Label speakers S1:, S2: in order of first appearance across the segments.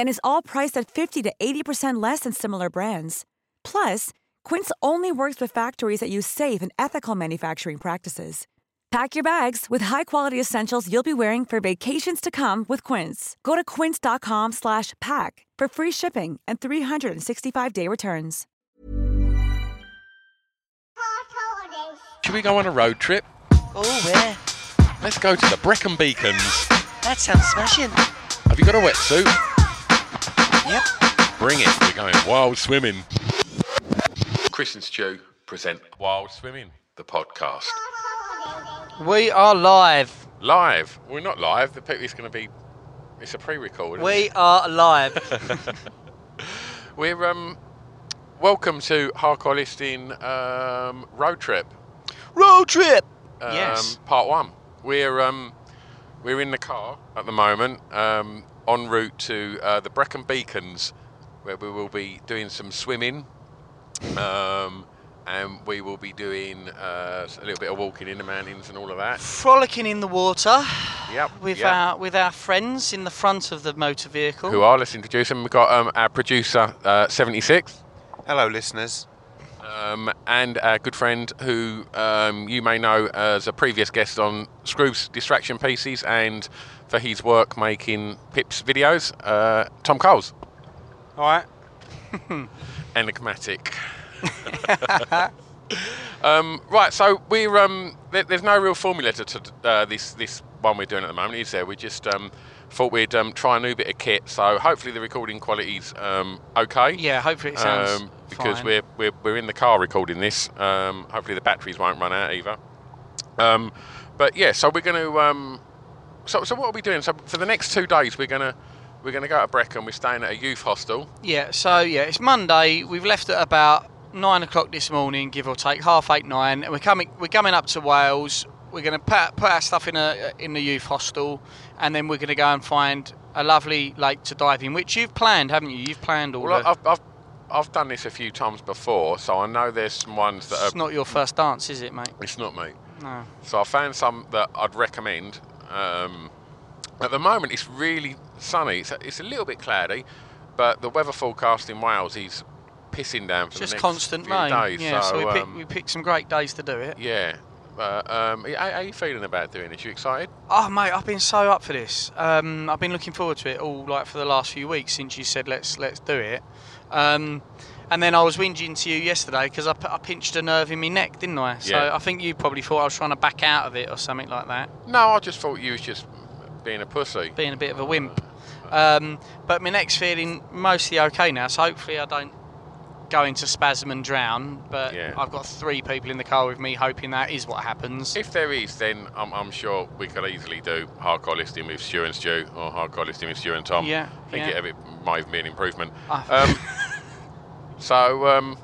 S1: And is all priced at 50 to 80% less than similar brands. Plus, Quince only works with factories that use safe and ethical manufacturing practices. Pack your bags with high-quality essentials you'll be wearing for vacations to come with Quince. Go to quince.com slash pack for free shipping and 365-day returns.
S2: Should we go on a road trip?
S3: Oh, where?
S2: Let's go to the Brecon Beacons.
S3: That sounds smashing.
S2: Have you got a wetsuit?
S3: Yep.
S2: Bring it. We're going wild swimming. Chris and Stu present Wild Swimming, the podcast.
S3: We are live.
S2: Live. We're not live. The pe- It's going to be. It's a pre-record. isn't
S3: We are live.
S2: it? We're um. Welcome to Hardcore Listing um, Road Trip.
S3: Road trip.
S2: Um,
S3: Yes.
S2: Part one. We're um. We're in the car at the moment, um, en route to uh, the Brecon Beacons, where we will be doing some swimming, um, and we will be doing uh, a little bit of walking in the mountains and all of that.
S3: Frolicking in the water
S2: Yep.
S3: with
S2: yep.
S3: our with our friends in the front of the motor vehicle.
S2: Who are? Let's introduce them. We've got um, our producer, uh, 76,
S4: Hello, listeners.
S2: um, and our good friend who um, you may know as a previous guest on Scrooge's Distraction Pieces and for his work making Pips videos, uh, Tom Coles,
S4: All right.
S2: enigmatic. um, right, so we're um, there, there's no real formula to, to uh, this this one we're doing at the moment, is there? We just um, thought we'd um, try a new bit of kit, so hopefully the recording quality's um, okay.
S3: Yeah, hopefully it sounds
S2: um, because
S3: fine.
S2: we're, we're we're in the car recording this. Um, hopefully the batteries won't run out either. Um, but yeah, so we're going to. Um, so, so what are we doing? So for the next two days, we're gonna we're gonna go to Brecon. We're staying at a youth hostel.
S3: Yeah, so yeah, it's Monday. We've left at about nine o'clock this morning, give or take half eight nine, and we're coming. We're coming up to Wales. We're going to put, put our stuff in a in the youth hostel, and then we're going to go and find a lovely lake to dive in, which you've planned, haven't you? You've planned all.
S2: Well,
S3: the,
S2: I've, I've I've done this a few times before, so I know there's some ones that are.
S3: it's not your first dance, is it, mate?
S2: It's not me.
S3: No.
S2: So I found some that I'd recommend. Um, at the moment, it's really sunny. It's a, it's a little bit cloudy, but the weather forecast in Wales is pissing down for
S3: It's just
S2: the next
S3: constant
S2: few
S3: rain.
S2: days.
S3: yeah, so, we, pick,
S2: um,
S3: we picked some great days to do it.
S2: yeah. Uh, um, how, how are you feeling about doing this? You excited?
S3: Oh mate, I've been so up for this. Um, I've been looking forward to it all like for the last few weeks since you said let's let's do it. Um, and then I was whinging to you yesterday because I, p- I pinched a nerve in my neck, didn't I? So
S2: Yeah.
S3: I think you probably thought I was trying to back out of it or something like that,
S2: No, I just thought you was just being a pussy.
S3: being a bit of a wimp.
S2: Uh,
S3: Um, but my neck's feeling mostly okay now, so hopefully I don't go into spasm and drown. But
S2: Yeah.
S3: I've got three people in the car with me, hoping that is what happens.
S2: If there is, then I'm, I'm sure we could easily do hardcore listing with Stu and Stu, or hardcore listing with Stu and Tom.
S3: Yeah,
S2: I think
S3: yeah. Ah.
S2: It, it might even be an improvement.
S3: I-
S2: Um, so, um,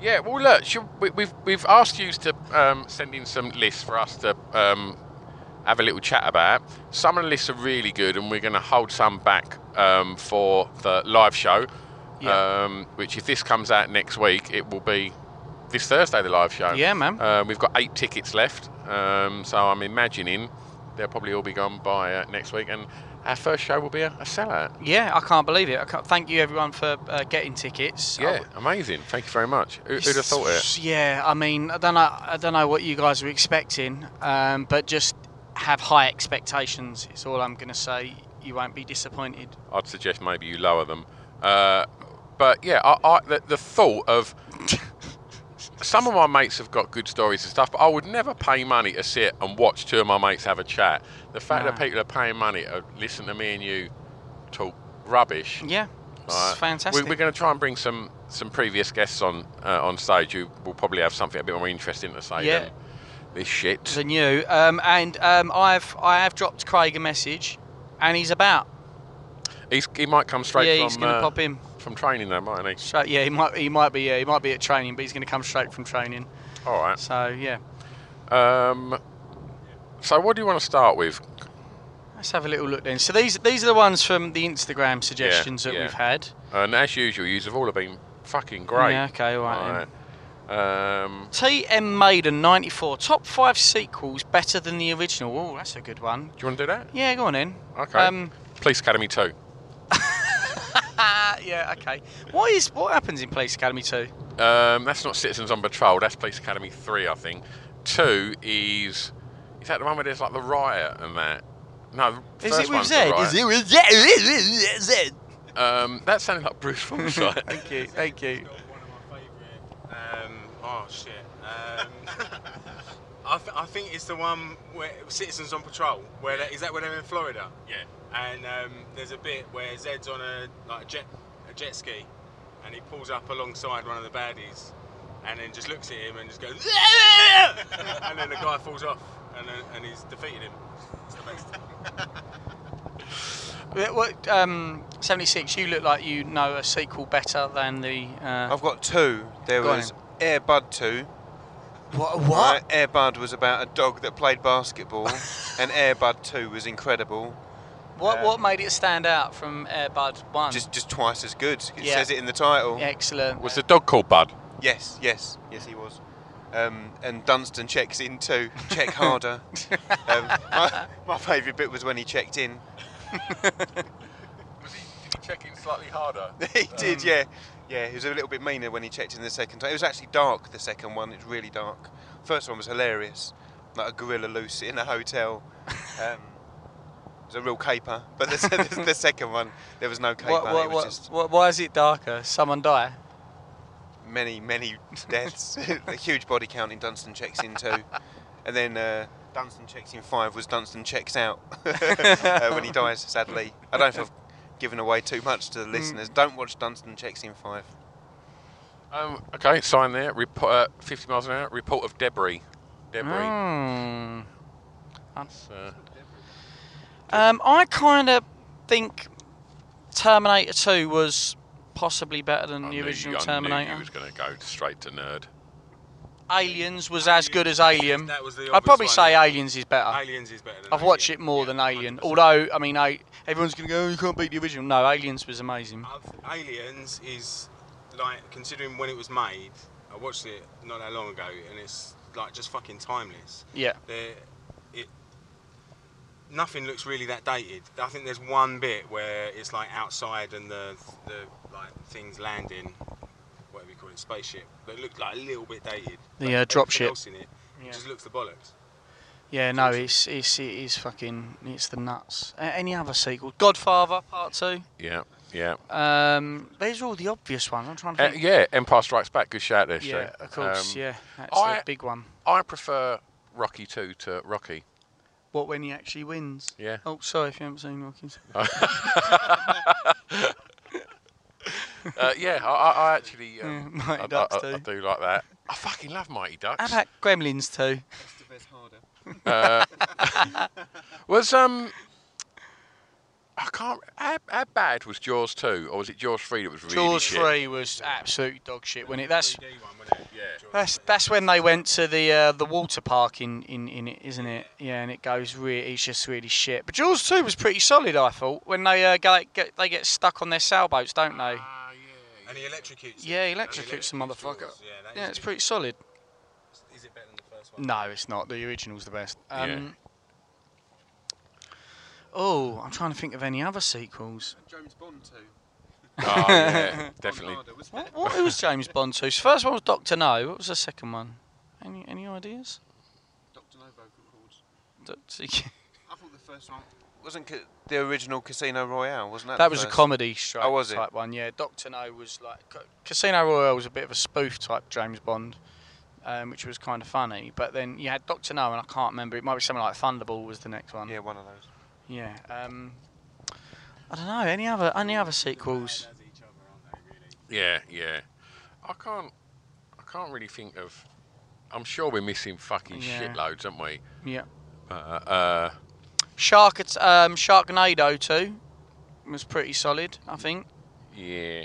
S2: yeah. Well, look, should, we, we've we've asked you to um, send in some lists for us to um, have a little chat about. Some of the lists are really good, and we're going to hold some back um, for the live show.
S3: Yeah.
S2: Um, which, if this comes out next week, it will be this Thursday, the live show.
S3: Yeah, man.
S2: Um, we've got eight tickets left, um, so I'm imagining they'll probably all be gone by uh, next week, and our first show will be a, a sellout.
S3: Yeah, I can't believe it. I can't, thank you everyone for uh, getting tickets. I
S2: Yeah, Oh, amazing. Thank you very much. Who, would have thought it?
S3: Yeah, I mean, I don't know, I don't know what you guys were expecting, um, but just have high expectations. It's all I'm going to say. You won't be disappointed.
S2: I'd suggest maybe you lower them. Uh, but yeah, I, I, the, the thought of some of my mates have got good stories and stuff, but I would never pay money to sit and watch two of my mates have a chat. The fact that
S3: No.
S2: people are paying money to listen to me and you talk rubbish
S3: Yeah, It's fantastic.
S2: We, we're going to try and bring some some previous guests on uh, on stage who will probably have something a bit more interesting to say
S3: Yeah.
S2: than this shit.
S3: than you. Um, and um, I've I have dropped Craig a message, and he's about.
S2: He's, he might come straight
S3: yeah,
S2: from
S3: he's going to
S2: uh,
S3: pop in.
S2: from training though, mightn't he?
S3: Straight, yeah, he might he might be yeah, he might be at training, but he's going to come straight from training.
S2: All right.
S3: So yeah,
S2: Um, so what do you want to start with?
S3: let's have a little look then. So these these are the ones from the Instagram suggestions that
S2: yeah.
S3: we've had.
S2: And as usual, yous have all been fucking great.
S3: Yeah, okay, all right then.
S2: right. Um,
S3: TM Maiden 94 top five sequels better than the original. Oh, that's a good one.
S2: do you want to do that?
S3: Yeah, go on Um, in.
S2: Okay. Police Academy 2.
S3: ah, yeah, okay. What is what happens in Police Academy 2?
S2: Um, that's not Citizens on Patrol. That's Police Academy 3, I think. 2 is. Is that the one where there's like the riot and that? No, the
S3: Is
S2: first
S3: it with
S2: one's
S3: Z?
S2: the riot.
S3: Is it with Z? Is it with Z?
S2: Um, that sounded like Bruce Forsyth.
S3: Thank you, thank you.
S5: one of my favourite. Um, oh shit. Um, I, th- I think it's the one where Citizens on Patrol. Where they, is that where they're in Florida?
S2: Yeah.
S5: And um, there's a bit where Zed's on a like a jet a jet ski, and he pulls up alongside one of the baddies, and then just looks at him and just goes, and then the guy falls off, and then, and he's defeated him. It's the best.
S3: Wh- what, um, 76, you look like you know a sequel better than the. Uh,
S4: I've got two. There
S3: Go on
S4: was Air Bud 2.
S3: what?
S4: Right, Air Bud was about a dog that played basketball, and Air Bud 2 was incredible.
S3: What, what made it stand out from Airbud 1?
S4: Just just twice as good. It
S3: Yeah.
S4: says it in the title.
S3: Excellent.
S2: Was the dog called Bud?
S4: Yes, yes, yes, he was. Um, and Dunstan checks in too. Check harder. um, my my favourite bit was when he checked in.
S2: Was he checking slightly harder?
S4: he
S3: Um,
S4: did, yeah. Yeah, he was a little bit meaner when he checked in the second time. It was actually dark, the second one. It's really dark. First one was hilarious. Like a gorilla loose in a hotel. Um, it was a real caper. But the, se- the, the second one, there was no caper.
S3: What- what-
S4: it was
S3: what-
S4: just
S3: what- why is it darker? Someone die?
S4: many, many deaths. a huge body count in Dunstan checks in too. And then uh, Dunstan checks in five was Dunstan checks out uh, when he dies, sadly. I don't know if I've given away too much to the
S3: Mm.
S4: listeners. Don't watch Dunstan checks in five.
S2: Um, okay, sign there. Report, uh, 50 miles an hour. Report of debris. Debris. uh,
S3: Hmm.
S2: So,
S3: Um, I kind of think Terminator 2 was possibly better than
S2: I
S3: the
S2: knew-
S3: original
S2: I knew
S3: Terminator.
S2: you was going to go straight to nerd.
S3: Aliens was as good as Alien.
S5: That was the
S3: I'd
S5: obvious
S3: probably
S5: one.
S3: say Aliens is better.
S5: Aliens is better. Than
S3: Uh, I've watched it
S5: Alien.
S3: more
S5: Yeah,
S3: than Alien.
S5: 100%.
S3: Although, I mean, I, everyone's going to go, oh, you can't beat the original. No, Aliens was amazing.
S5: I've- Aliens is like considering when it was made. I watched it not that long ago, and it's like just fucking timeless.
S3: Yeah.
S5: There, it nothing looks really that dated. I think there's one bit where it's like outside and the the like things landing, whatever you call it, spaceship that looked like a little bit dated.
S3: The,
S5: But
S3: uh,
S5: everything
S3: dropship.
S5: else in it, it just looks the bollocks.
S3: Yeah, no, it's, it's, it is fucking, it's the nuts. A- any other sequel? Godfather, Part 2.
S2: Yeah, yeah.
S3: Um, these are all the obvious ones. I'm trying to
S2: Uh,
S3: think.
S2: yeah, Empire Strikes Back. Good shout there,
S3: yeah,
S2: Stu.
S3: of course,
S2: Um,
S3: yeah. That's
S2: I-
S3: the big one.
S2: I prefer Rocky 2 to Rocky.
S3: What, when he actually wins?
S2: Yeah.
S3: Oh, sorry if you haven't seen Rocky.
S2: Uh, yeah, I, I, I actually. Um,
S3: Yeah, Mighty
S2: I, I-
S3: Ducks
S2: I-
S3: too.
S2: I do like that. I fucking love Mighty
S3: How
S2: Ducks.
S3: about Gremlins 2?
S2: Was um, I can't. How, how bad was Jaws two, or was it Jaws three that was really
S3: Jaws
S2: shit?
S3: 3 was absolute dog shit, wasn't it? That's...
S5: D one, wasn't it? Yeah.
S3: That's that's when they went to the uh, the water park in, in, in it, isn't it? Yeah, and it goes really, it's just really shit. But Jaws two was pretty solid, I thought. When they uh, go, get they get stuck on their sailboats, don't they?
S2: Ah,
S5: And he electrocutes.
S3: Yeah, he
S5: them.
S3: electrocutes the motherfucker.
S5: Yeah, that
S3: Yeah,
S5: is
S3: it's
S5: good.
S3: pretty Mm. solid.
S5: Is it better than the first one?
S3: No, it's not. The original's the best.
S2: Yeah.
S3: Um, Oh, I'm trying to think of any other sequels.
S4: James Bond too.
S2: Oh yeah, definitely.
S3: What, what who was James Bond two? First one was Doctor No. What was the second one? Any any ideas?
S4: Doctor No vocal cords.
S3: Doctor-
S4: I thought the first one wasn't ca- the original Casino Royale, wasn't that?
S3: That
S4: the
S3: was a
S4: first?
S3: comedy straight
S4: Oh, was it?
S3: type one, yeah. Doctor No was like Ca- Casino Royale was a bit of a spoof type James Bond, um, which was kind of funny. But then you had Doctor No, and I can't remember. It might be something like Thunderball was the next one.
S4: Yeah, one of those.
S3: Yeah. Um, I don't know any other any other sequels.
S5: As he
S2: Yeah, yeah. I can't. I can't really think of. I'm sure we're missing fucking
S3: Yeah.
S2: shitloads, aren't we?
S3: Yeah.
S2: Uh, uh,
S3: Shark at- um, Sharknado too was pretty solid, I think.
S2: yeah.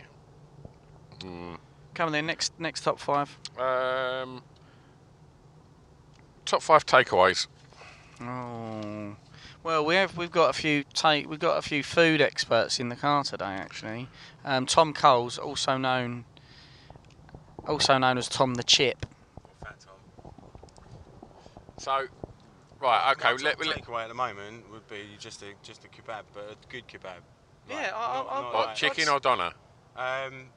S3: Coming in next next top five.
S2: Um, top five takeaways.
S3: Oh. Well, we have we've got a few take we've got a few food experts in the car today actually. Um, Tom Coles, also known also known as Tom the Chip.
S5: Fat Tom.
S2: So, right, okay.
S5: My
S2: Let,
S5: top
S2: let,
S5: takeaway at the moment would be just a just a kebab, but a good kebab. Like,
S3: Yeah, I- I- I-
S5: not- not
S3: I-
S2: what,
S5: like-
S2: chicken or doner?
S5: Um,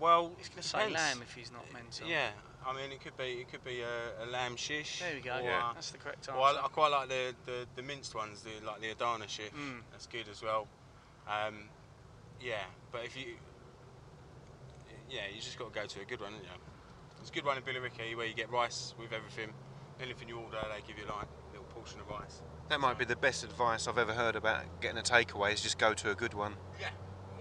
S5: well,
S3: He's gonna say
S5: depends.
S3: lamb if he's not mental.
S5: Yeah, I mean it could be it could be a, a lamb shish.
S3: There we go.
S5: or
S2: Yeah.
S5: a-
S3: That's the correct answer.
S5: Well, I, I quite like the, the, the minced ones, the like the Adana shit.
S3: Mm.
S5: That's good as well. Um, yeah, but if you, yeah, you just got to go to a good one, haven't you? There's a good one in Billericay where you get rice with everything. Anything you order, they give you like a little portion of rice.
S4: That might be the best advice I've ever heard about getting a takeaway is just go to a good one.
S5: Yeah,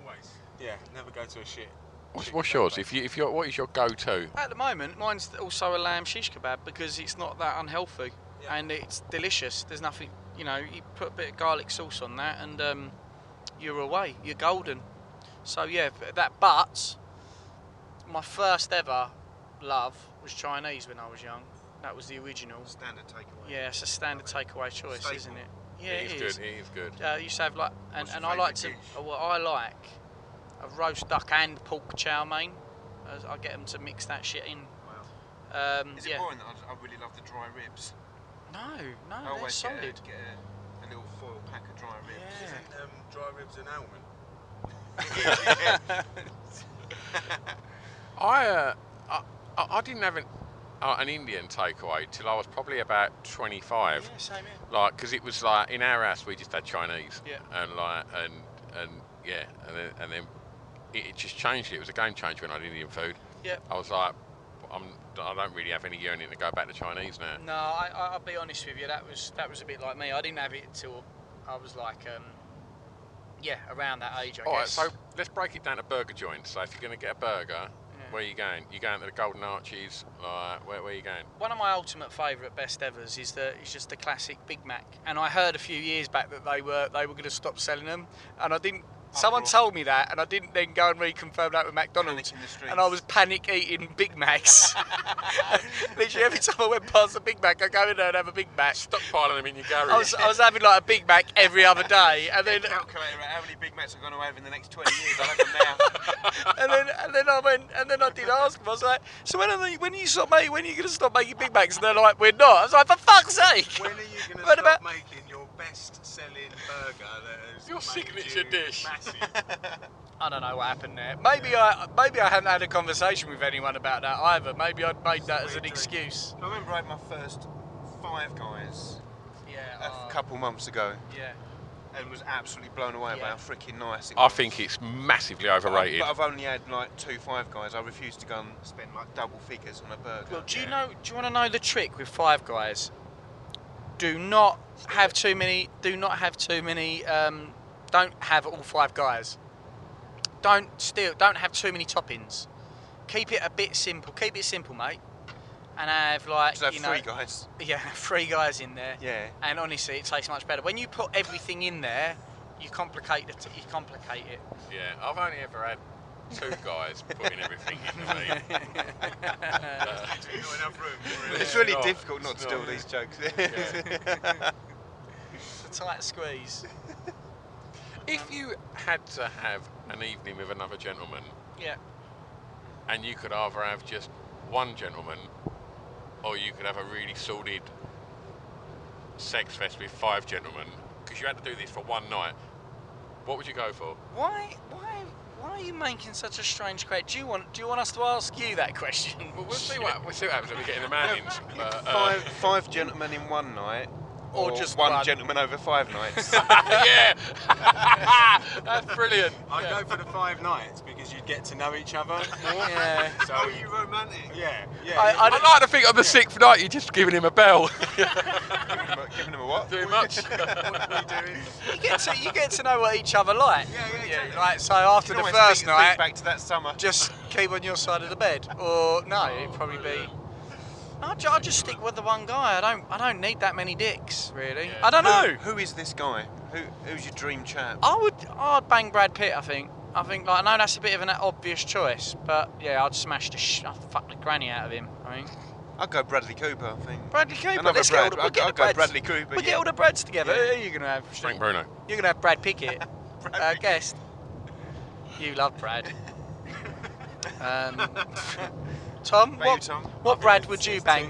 S5: always. Yeah, never go to a shit.
S2: What's,
S5: shit
S2: what's
S5: kebab
S2: yours?
S5: place.
S2: If you if you what is your go-to?
S3: At the moment, mine's also a lamb shish kebab because it's not that unhealthy
S5: Yeah.
S3: and it's delicious. There's nothing, you know, you put a bit of garlic sauce on that and um, you're away. You're golden. So, yeah, that but my first ever love was Chinese when I was young. That was the original.
S4: Standard takeaway.
S3: Yeah, it's a standard takeaway choice,
S4: Staple.
S3: isn't it? Yeah,
S2: it is good. It is good.
S3: uh, used to have like, and,
S4: What's your
S3: and I like to.
S4: favourite dish?
S3: uh, Well, I like a roast duck and pork chow mein. As I get them to mix that shit in.
S4: Wow.
S3: Um,
S4: Is it
S3: yeah.
S4: boring that I, I really love the dry ribs?
S3: No, no,
S4: I
S3: they're
S4: always get a-
S3: solid.
S4: Get, a, a little foil pack of dry ribs.
S3: Yeah.
S5: Um, dry ribs and almond.
S2: I, uh, I I I didn't have an uh, an Indian takeaway till I was probably about 25.
S3: Yeah, same here.
S2: like because it was like in our house we just had Chinese,
S3: Yeah.
S2: and like and and yeah, and then and then it, it just changed. It was a game change when I had Indian food.
S3: Yeah.
S2: I was like, I'm I don't really have any yearning to go back to Chinese now.
S3: No, I, I, I'll be honest with you. That was that was a bit like me. I didn't have it until I was like, um, yeah, around that age, I
S2: All right,
S3: guess.
S2: so let's break it down to burger joints. So if you're gonna get a burger,
S3: Yeah.
S2: where you going? You going to the Golden Arches? Like where where you going?
S3: One of my ultimate favourite best ever's is the is just the classic Big Mac, and I heard a few years back that they were they were going to stop selling them, and I didn't. Someone told me that, and I didn't then go and reconfirm that with McDonald's,
S4: Oh, Panic in the streets.
S3: and I was panic eating Big Macs. Literally every time I went past a Big Mac, I go in there and have a Big Mac.
S2: Stockpiling them in your garage.
S3: I was,
S4: uh,
S3: I was having like a Big Mac every other day, and then
S4: Calculator at how many Big Macs I'm going to have in the next 20 years. I'll have them now.
S3: and then and then I went and then I did ask them. I was like, "So when are they, when are you stop making when are you going to stop making Big Macs?" And they're like, "We're not." I was like, "For fuck's sake!"
S5: When are you going to
S3: What
S5: stop
S3: about-
S5: making your best-selling burger? That has
S2: Your
S5: made
S2: signature
S5: you
S2: dish.
S5: Massive.
S3: I don't know what happened there. Maybe I maybe I hadn't had a conversation with anyone about that either. Maybe I'd made that as an excuse.
S4: I remember I had my first Five Guys
S3: Yeah. oh,
S4: a f- couple months ago
S3: Yeah.
S4: and was absolutely blown away
S3: Yeah.
S4: by how freaking nice it
S2: I
S4: was.
S2: think it's massively
S4: But I've-
S2: overrated.
S4: But I've only had like two Five Guys. I refuse to go and spend like double figures on a burger.
S3: Well, do you know? Do you want to know the trick with Five Guys? Do not have too many. Do not have too many. Um, don't have all five guys. Don't steal. Don't have too many toppings. Keep it a bit simple. Keep it simple, mate. And have like
S4: Just have
S3: you know,
S4: three guys.
S3: yeah, three guys in there.
S4: Yeah.
S3: And honestly, it tastes much better when you put everything in there. You complicate it. You complicate it.
S2: Yeah, I've only ever had two guys putting everything in the meat.
S4: It's really
S2: not-
S4: difficult not
S2: it's
S4: to do all
S2: not.
S4: these jokes.
S3: It's a tight squeeze.
S2: If you had to have an evening with another gentleman,
S3: yeah.
S2: and you could either have just one gentleman, or you could have a really sordid sex fest with five gentlemen, because you had to do this for one night, what would you go for?
S3: Why, why, why are you making such a strange question? Do you want, do you want us to ask you that question?
S2: Well, we'll see what we'll see what happens when we get in the mountains. But, uh,
S4: five, five gentlemen in one night.
S3: Or just
S4: one,
S3: one.
S4: gentleman over five nights.
S2: yeah, that's brilliant.
S5: I'd go for the five nights because you'd get to know each other more.
S3: Yeah.
S5: So you romantic? Yeah, yeah.
S3: I-
S2: I'd like to think on the sixth night you're just giving him a bell.
S4: giving, him a, giving him a what?
S2: Too much.
S3: You get to, you get to know what each other like.
S5: Yeah, yeah,
S3: don't you?
S5: exactly.
S3: Like so, after
S4: You
S3: the
S4: always
S3: first
S4: think- think
S3: night,
S4: back to that summer.
S3: just keep on your side of the bed, or no, it'd probably be. I ju- I just stick with the one guy. I don't. I don't need that many dicks, really. I don't know.
S4: Who is this guy? Who, who's your dream chap?
S3: I would. I'd bang Brad Pitt. I think. I think. Like, I know that's a bit of an obvious choice, but yeah, I'd smash the. Sh- I'd fuck the granny out of him. I mean,
S4: I'd go Bradley Cooper, I think.
S3: Bradley Cooper.
S4: Another
S3: let's Get
S4: Brad.
S3: all the,
S4: I'd
S3: we'll get
S4: go-
S3: the
S4: I'd go
S3: Brads.
S4: Bradley Cooper,
S3: We'll
S4: yeah.
S3: get all the Brads together.
S4: Yeah.
S3: Who are you gonna have?
S2: Frank Bruno.
S3: You're gonna have Brad Pickett,
S4: Brad
S3: uh,
S4: Pitt.
S3: guest. You love Brad. um, Tom,
S4: About you,
S3: what,
S4: Tom?
S3: what Brad would you bang?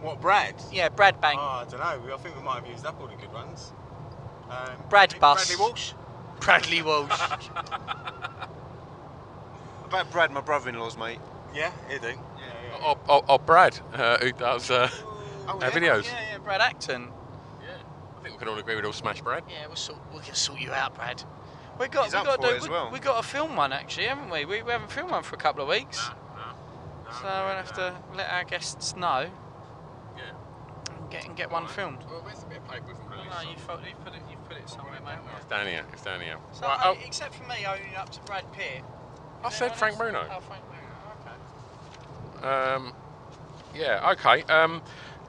S5: What, Brad?
S3: Yeah, Brad bang.
S5: Oh, I don't know. I think we might have used up all the good ones. Um,
S3: Brad Bus.
S5: Bradley Walsh.
S3: Bradley Walsh.
S4: About Brad, my brother-in-law's mate.
S5: Yeah, you do. Yeah, yeah.
S2: Or, or, or Brad, uh, who does uh,
S4: Oh,
S2: our
S4: yeah.
S2: videos.
S3: yeah, yeah, Brad Acton.
S2: I think we can all agree we'd all smash Brad.
S3: Yeah, we'll sort, we'll get- sort you out, Brad. We got,
S4: He's
S3: we
S4: up
S3: got,
S4: for
S3: to,
S4: it as
S3: we,
S4: well.
S3: we got to film one actually, haven't we? we? We haven't filmed one for a couple of weeks, so we'll have to let our guests know
S5: Yeah.
S3: and get and get one filmed.
S5: Well, where's the bit of paper we can release?
S3: No, you put, you put it, you put it somewhere, mate.
S2: It's down here. It's down here.
S3: So,
S2: Right,
S3: uh,
S2: oh,
S3: except for me owning up to Brad Pitt.
S2: I
S3: Is
S2: said
S3: everyone
S2: Frank
S3: else-
S2: Bruno.
S3: Oh, Frank Bruno. Okay.
S2: Um, yeah, okay. Um,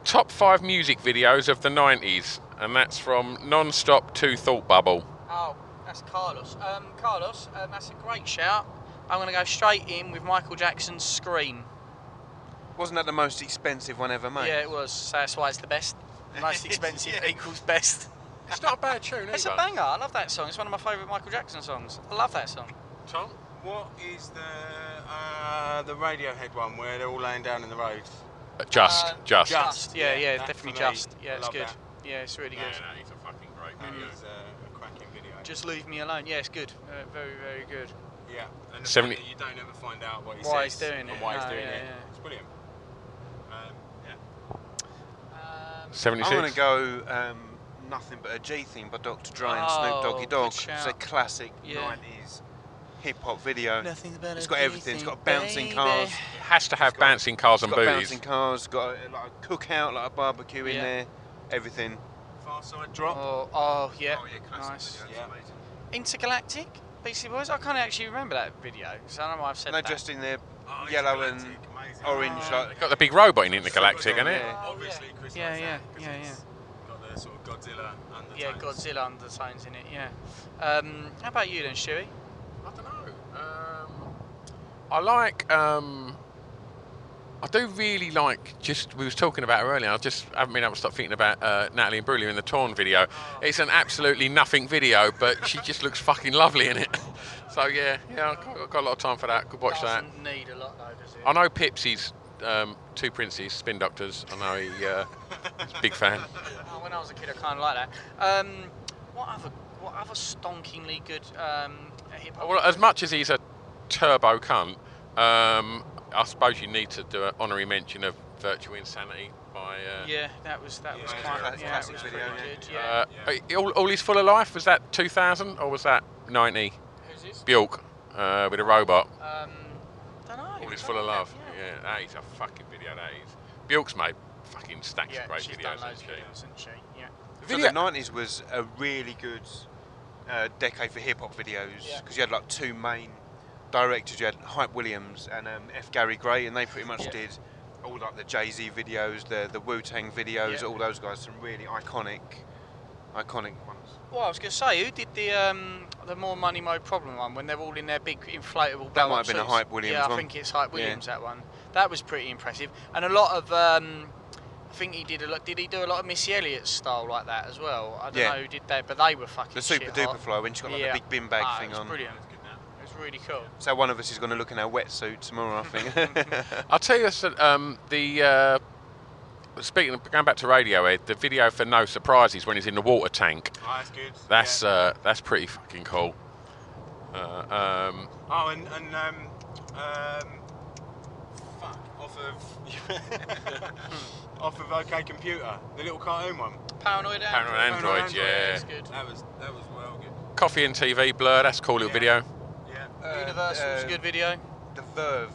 S2: top five music videos of the 90s, and that's from Non-Stop to Thought Bubble.
S3: Oh, that's Carlos. Um, Carlos, um, that's a great shout. I'm going to go straight in with Michael Jackson's Scream.
S4: Wasn't that the most expensive one ever made?
S3: Yeah, it was. So that's why it's the best. Most expensive
S4: Yeah.
S3: equals best.
S2: It's not a bad tune,
S3: It's a banger. I love that song. It's one of my favourite Michael Jackson songs. I love that song.
S5: Tom, what is the uh, the Radiohead one where they're all laying down in the road?
S2: Just,
S3: Uh,
S2: just.
S3: Just. Yeah,
S5: Yeah,
S3: yeah,
S5: that
S3: definitely
S5: for me.
S3: just. Yeah,
S5: I
S3: it's
S5: love
S3: good.
S5: that.
S3: Yeah, it's really good.
S2: is a fucking great
S5: It is uh, a cracking video.
S3: Just leave me alone. Yeah, it's good. Uh, very, very good.
S5: yeah, and the
S2: 70
S5: fact that you don't ever find out what he
S3: Why
S5: says
S3: he's doing it.
S5: and why he's
S3: No,
S5: doing
S3: yeah,
S5: it.
S3: yeah.
S5: It's brilliant. Um, yeah.
S3: Um,
S2: 76.
S4: I'm gonna go um, nothing but a G thing by Dr. Dre and
S3: Oh,
S4: Snoop Doggy
S3: good
S4: Dogg. It's a
S3: shout.
S4: classic
S3: Yeah.
S4: 90s hip hop video.
S3: Nothing's better
S4: It's got
S3: than
S4: everything. It's got
S3: anything,
S4: bouncing
S3: baby.
S4: cars.
S2: It has to have bouncing cars
S4: It's
S2: and
S4: got
S2: booties.
S4: bouncing cars. Got a, like a cookout, like a barbecue in
S3: Yeah.
S4: there. Everything.
S5: Far side drop.
S3: Oh, oh yeah. nice.
S4: video,
S5: Yeah.
S4: amazing.
S3: Intergalactic Beastie Boys. I can't actually remember that video, so I don't know why I've said
S4: And they're
S3: that. Ah.
S4: dressed in their
S5: Oh, it's
S4: yellow and
S5: galactic, amazing. Oh,
S4: orange. like,
S2: Got the big robot in Intergalactic,
S5: Super
S2: innit?
S5: Bowl,
S2: it?
S4: yeah.
S5: Obviously, Chris
S3: Yeah,
S5: likes
S3: yeah,
S5: that 'cause
S3: yeah,
S5: it's Got the sort of Godzilla undertones.
S3: yeah, Godzilla undertones in it. Yeah. Um, how about you then, Stewie?
S2: I don't know. Um, I like. Um, I do really like. Just we was talking about her earlier. I just haven't been able to stop thinking about uh, Natalie and Brulia in the Torn video. It's an absolutely nothing video, but she just looks fucking lovely in it. So yeah, yeah, I've got, got a lot of time for that. Could watch that.
S3: Doesn't need a lot though, does it?
S2: I know Pipsy's um, two princes, Spin Doctors. I know he, uh, he's a big fan.
S3: Oh, when I was a kid, I kind of liked that. Um, what other, what other stonkingly good um, hip hop?
S2: Oh, Well, as much as he's a turbo cunt, um, I suppose you need to do an honorary mention of Virtual Insanity by. Uh,
S3: yeah, that was that was
S5: Yeah,
S3: quite
S4: that's
S3: yeah, that
S4: classic
S3: was
S4: video,
S3: pretty
S4: yeah.
S3: good.
S2: Uh,
S3: Yeah.
S2: all, all is full of life. Was that 2000 or was that 90?
S3: Who's this?
S2: Bjork uh, with a robot.
S3: Um, don't know.
S2: All is full of love. Yeah, that is a fucking video. That is. Bjork's made fucking stacks
S3: Yeah,
S2: of great
S3: she's
S2: videos.
S3: done
S2: hasn't
S3: loads of
S2: she?
S3: videos, hasn't she? Yeah.
S4: So
S2: Video-
S4: the 90s was a really good uh, decade for hip hop videos
S3: Yeah.
S4: because you had like two main directors. You had Hype Williams and um, F. Gary Gray, and they pretty much
S3: Yeah.
S4: did all like the Jay Z videos, the the Wu Tang videos,
S3: Yeah.
S4: all those guys. Some really iconic, iconic ones.
S3: Well, I was going to say, who did the um, the more money, more problem one when they're all in their big inflatable?
S4: That might have been a
S3: balloon suits?
S4: Hype Williams
S3: Yeah, I
S4: one.
S3: think it's Hype
S4: Yeah.
S3: Williams that one. That was pretty impressive, and a lot of. Um, I think he did a lot. Did he do a lot of Missy Elliott style like that as well? I don't
S4: Yeah.
S3: know who did that, but they were fucking.
S4: The super
S3: shit
S4: duper
S3: hot.
S4: fly when she got like
S3: Yeah.
S4: the big bin bag
S3: Ah,
S4: thing
S3: it was
S4: on.
S3: Brilliant. It was really cool.
S4: So one of us is going to look in our wetsuit tomorrow, I think.
S3: Uh,
S2: I'll tell you this, um, the uh, speaking of, going back to Radiohead, the video for No Surprises when he's in the water tank.
S5: Oh, that's good.
S2: That's
S5: yeah.
S2: uh, that's pretty fucking cool. Uh, um,
S5: Oh, and, and um, um, fuck, off of off of OK Computer, the little cartoon one.
S3: Paranoid.
S2: Paranoid Android,
S5: Android,
S2: yeah.
S3: That's good.
S5: That was that was well good.
S2: Coffee and TV blur. That's a cool little
S5: Yeah.
S2: video.
S5: Yeah.
S3: Universal was a
S4: uh,
S3: good video.
S4: the Verve.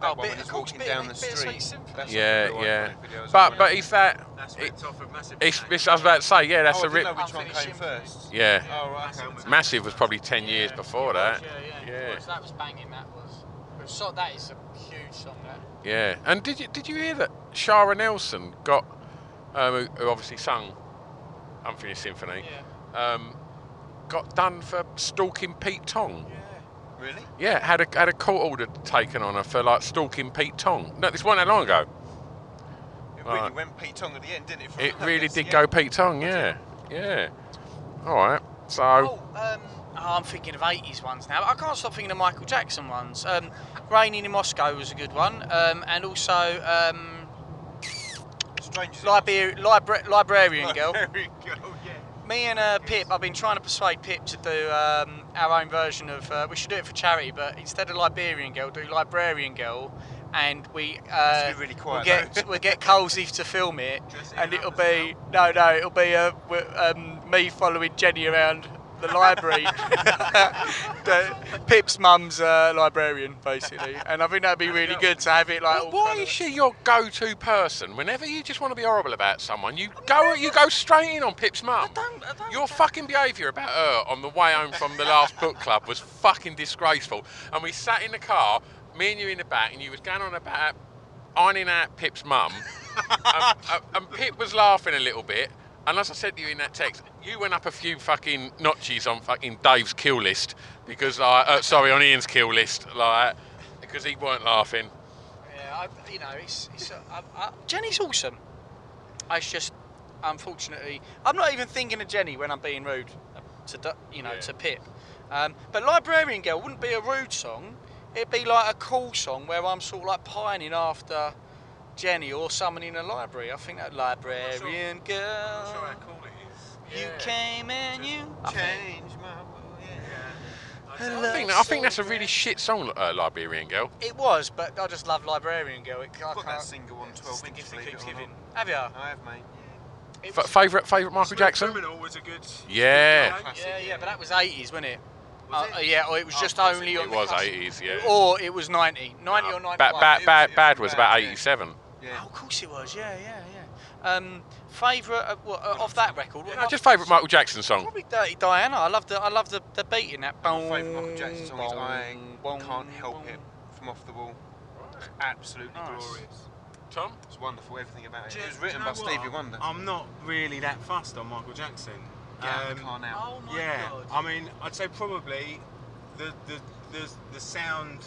S4: That
S3: Oh,
S4: one
S3: bit-
S4: when
S3: of
S4: he's
S3: course,
S4: walking
S3: bit of
S4: down the
S3: it- bit of Sweet
S4: street.
S3: Sympathy.
S4: That's a
S2: Yeah,
S4: real
S2: yeah.
S4: iconic video as
S2: But
S4: well.
S2: but is that?
S5: That's
S2: it-
S5: ripped off of Massive.
S2: It's,
S5: Attack.
S2: it's, I was about to say, yeah, that's a
S4: oh, I didn't
S2: rip.
S4: know which one
S3: Unfinished
S4: came
S3: Symphony.
S4: first.
S2: Yeah.
S4: Oh, right, okay.
S2: Massive was probably 10 years before
S3: It was,
S2: that.
S3: Yeah, yeah.
S2: Yeah.
S3: Of course, that was banging. That was. So that is a huge song. That
S2: Yeah, and did you did you hear that Shara Nelson got, um, who- who obviously sung Unfinished Symphony, um, got done for stalking Pete Tong.
S4: Really?
S2: Yeah, had a had a court order taken on her for like stalking Pete Tong. No, this wasn't that long ago.
S4: It really
S2: Alright.
S4: went Pete Tong at the end, didn't it? for
S2: It
S4: Fernandes?
S2: really did
S4: Yeah.
S2: go Pete Tong. Yeah, yeah. All right. So
S3: Oh, um, oh, I'm thinking of 80s ones now. I can't stop thinking of Michael Jackson ones. Um, Raining in Moscow was a good one, um, and also um,
S4: Strangers. in
S3: Liber- Libra- Librarian Girl.
S4: Moscow. Very good, oh, yeah.
S3: Me and uh, Pip, I've been trying to persuade Pip to do um, our own version of. Uh, we should do it for charity, but instead of Liberian Girl, do Librarian Girl, and we. Uh,
S4: Must be really quiet,
S3: We'll get
S4: though.
S3: we'll get Colsey to film it,
S4: Dress it
S3: and
S4: up
S3: it'll
S4: as
S3: be no, no, it'll be uh, wi- um, me following Jenny around the library. The- Pip's mum's uh, librarian, basically, and I think that'd be really good to have it like. all
S2: why
S3: kind
S2: is
S3: of-
S2: she your go-to person? Whenever you just want to be horrible about someone, you go you go straight in on Pip's mum.
S3: don't- I don't-
S2: your fucking behaviour about her on the way home from the last book club was fucking disgraceful. And we sat in the car, me and you in the back, and you was going on about ironing out Pip's mum, and, and- and Pip was laughing a little bit. And as I said to you in that text, you went up a few fucking notches on fucking Dave's kill list because, like, uh, sorry, on Ian's kill list, like, because he weren't laughing.
S3: Yeah, I, you know, it's, it's uh, I, I, Jenny's awesome. It's just, unfortunately, I'm not even thinking of Jenny when I'm being rude to, Du- you know, to Pip. Um, but Librarian Girl wouldn't be a rude song. It'd be like a cool song where I'm sort of like pining after Jenny or someone in a library. I think that Librarian Girl.
S5: Sure, how cool it is.
S3: You came and you
S4: Change my world. Yeah.
S2: I think, that- I think that's a really shit song, uh, Liberian Girl.
S3: It was, but I just love Librarian Girl. It, I
S4: I've got
S3: can't.
S4: that single on 12 inch.
S5: Gift that
S4: believe it
S5: keeps
S4: or not.
S5: giving.
S3: Have you?
S4: I have, mate.
S3: It
S2: F-
S3: was-
S2: favorite favorite Michael Jackson.
S5: Criminal was a good.
S2: Yeah.
S5: good
S3: Yeah, yeah, but that was 80s, wasn't it?
S4: Was
S3: uh,
S4: it?
S3: Yeah, or it was just
S4: of course it
S3: only on
S4: was.
S2: It
S3: the
S2: was 80s,
S3: cusp.
S2: yeah. Uh,
S3: Or it was 90, 90 or
S2: Bad
S3: 91.
S2: bad
S4: was-
S2: bad
S4: it
S2: bad
S4: was
S2: was about
S4: bad, yeah.
S2: 87.
S3: Oh, of course it was. Yeah, yeah, yeah. Um, favorite of, what, uh, of that record? What
S2: No,
S3: my-
S2: just favorite Michael Jackson song.
S3: Probably Dirty Diana. I love the I love the, the beat in that.
S4: My favourite Michael Jackson song is I
S3: Bong,
S4: Can't Help
S3: bong.
S4: It from Off the Wall. It's absolutely
S3: Nice.
S4: glorious.
S2: Tom.
S4: It's wonderful, everything about it.
S5: Do you-
S4: It was
S5: do
S4: written
S5: you
S4: by
S5: know what?
S4: Stevie Wonder.
S5: I'm not really that fussed on Michael Jackson.
S4: Get out of the
S5: Um,
S4: car now.
S3: Oh my
S5: yeah,
S3: god.
S5: I mean, I'd say probably the the, the the sound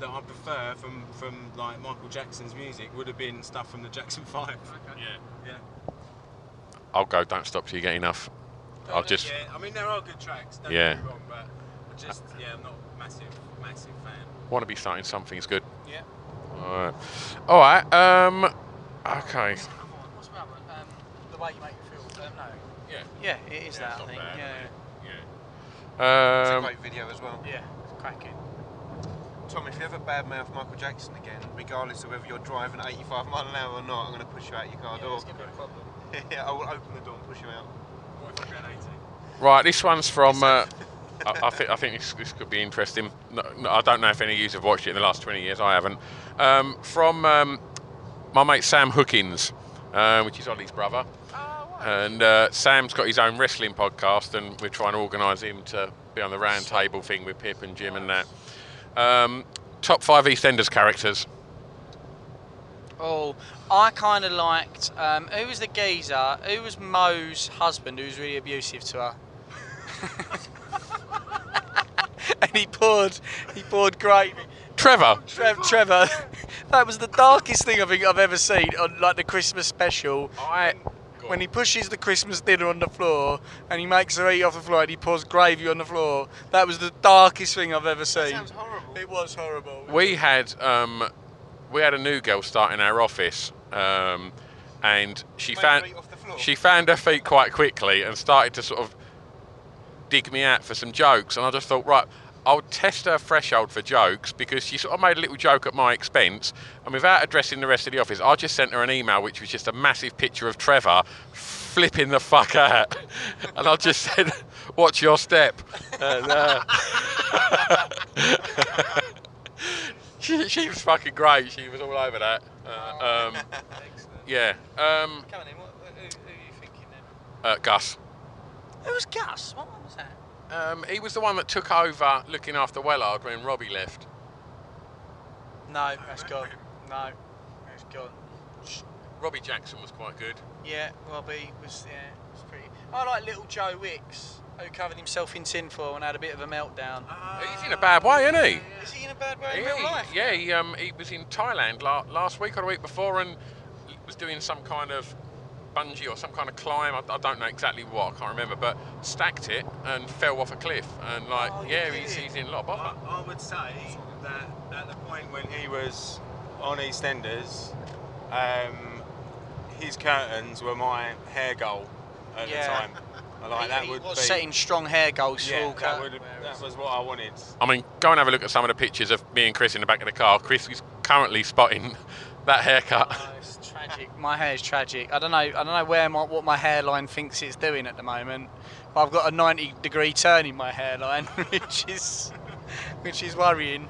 S5: that I prefer from from like Michael Jackson's music would have been stuff from the Jackson Five. Okay. Yeah,
S2: I'll go. Don't stop till you get enough. I'll just.
S5: yeah. I mean, there are good tracks. Don't
S2: Yeah.
S5: get me wrong, but I just yeah, I'm not a massive massive fan.
S2: want to be starting something's good.
S3: Yeah.
S2: All right. All right. Um. Okay.
S3: What's the other one? What's the other one? Um, the way you make me feel. Um, no.
S2: Yeah.
S3: Yeah, it is that.
S2: it's
S3: I
S2: not
S3: think.
S2: bad,
S3: yeah,
S4: It's a
S2: Um.
S4: great video as well.
S3: yeah. It's cracking.
S4: Tom, if you ever badmouth Michael Jackson again, regardless of whether you're driving 85 mile an hour or not, I'm going to push you out your car
S3: Yeah,
S4: door.
S3: it's gonna be a problem.
S4: yeah, I will open the door and push you out.
S5: What if I get 80?
S2: Right. This one's from. Uh, I, I think I think this, this could be interesting. No, no, I don't know if any of you have watched it in the last 20 years. I haven't. Um, from um, my mate Sam Hookins, uh, which is Ollie's brother. And uh, Sam's got his own wrestling podcast, and we're trying to organise him to be on the round table thing with Pip and Jim and that. Um, top five EastEnders characters.
S3: Oh, I kind of liked. Um, who was the geezer? Who was Mo's husband who was really abusive to her? and he poured, he poured great.
S2: Trevor.
S3: Trev, Trevor, that was the darkest thing I think I've ever seen on like the Christmas special.
S2: I.
S3: When he pushes the Christmas dinner on the floor and he makes her eat off the floor and he pours gravy on the floor, that was the darkest thing I've ever seen.
S4: sounds horrible.
S3: It was horrible.
S2: we had um, we had a new girl start in our office, um, and she
S4: Made
S2: found
S4: her eat off the floor?
S2: she found her feet quite quickly and started to sort of dig me out for some jokes. And I just thought, right, I'll test her threshold for jokes because she sort of made a little joke at my expense. And without addressing the rest of the office, I just sent her an email which was just a massive picture of Trevor flipping the fuck out, and I just said, "Watch your step." And, uh, she, she was fucking great. She was all over that.
S3: Oh.
S2: Uh, um, yeah. Um,
S3: Come on in. What, who, who are you thinking then?
S2: uh, Gus.
S3: Who was Gus? What one was that?
S2: Um, he was the one that took over looking after Wellard when Robbie left.
S3: No, that's gone. No, that's gone.
S2: Robbie Jackson was quite good.
S3: Yeah, Robbie was yeah, it was pretty. I like little Joe Wicks, who covered himself in tinfoil and had a bit of a meltdown.
S5: Ah.
S2: He's in a bad way, isn't he?
S3: Is he in a bad way in
S2: Yeah,
S3: real life?
S2: he- yeah, he, um, he was in Thailand la- last week or the week before and was doing some kind of bungee or some kind of climb. I, I don't know exactly what, I can't remember, but stacked it and fell off a cliff. And, like,
S3: Oh, you're
S2: yeah, he's,
S3: kidding.
S2: he's in a lot of
S5: I,
S2: bother.
S5: I would say that at the point when he was on EastEnders, um, his curtains were my hair goal at
S3: Yeah.
S5: the time. I Like that
S3: He
S5: would
S3: was
S5: be
S3: setting strong hair goals for
S5: yeah,
S3: all
S5: that,
S3: cut.
S5: would, that was what I wanted.
S2: I mean, go and have a look at some of the pictures of me and Chris in the back of the car. Chris is currently spotting that haircut.
S3: Oh, it's tragic. My hair is tragic. I don't know. I don't know where my what my hairline thinks it's doing at the moment. But I've got a 90 degree turn in my hairline, which is which is worrying.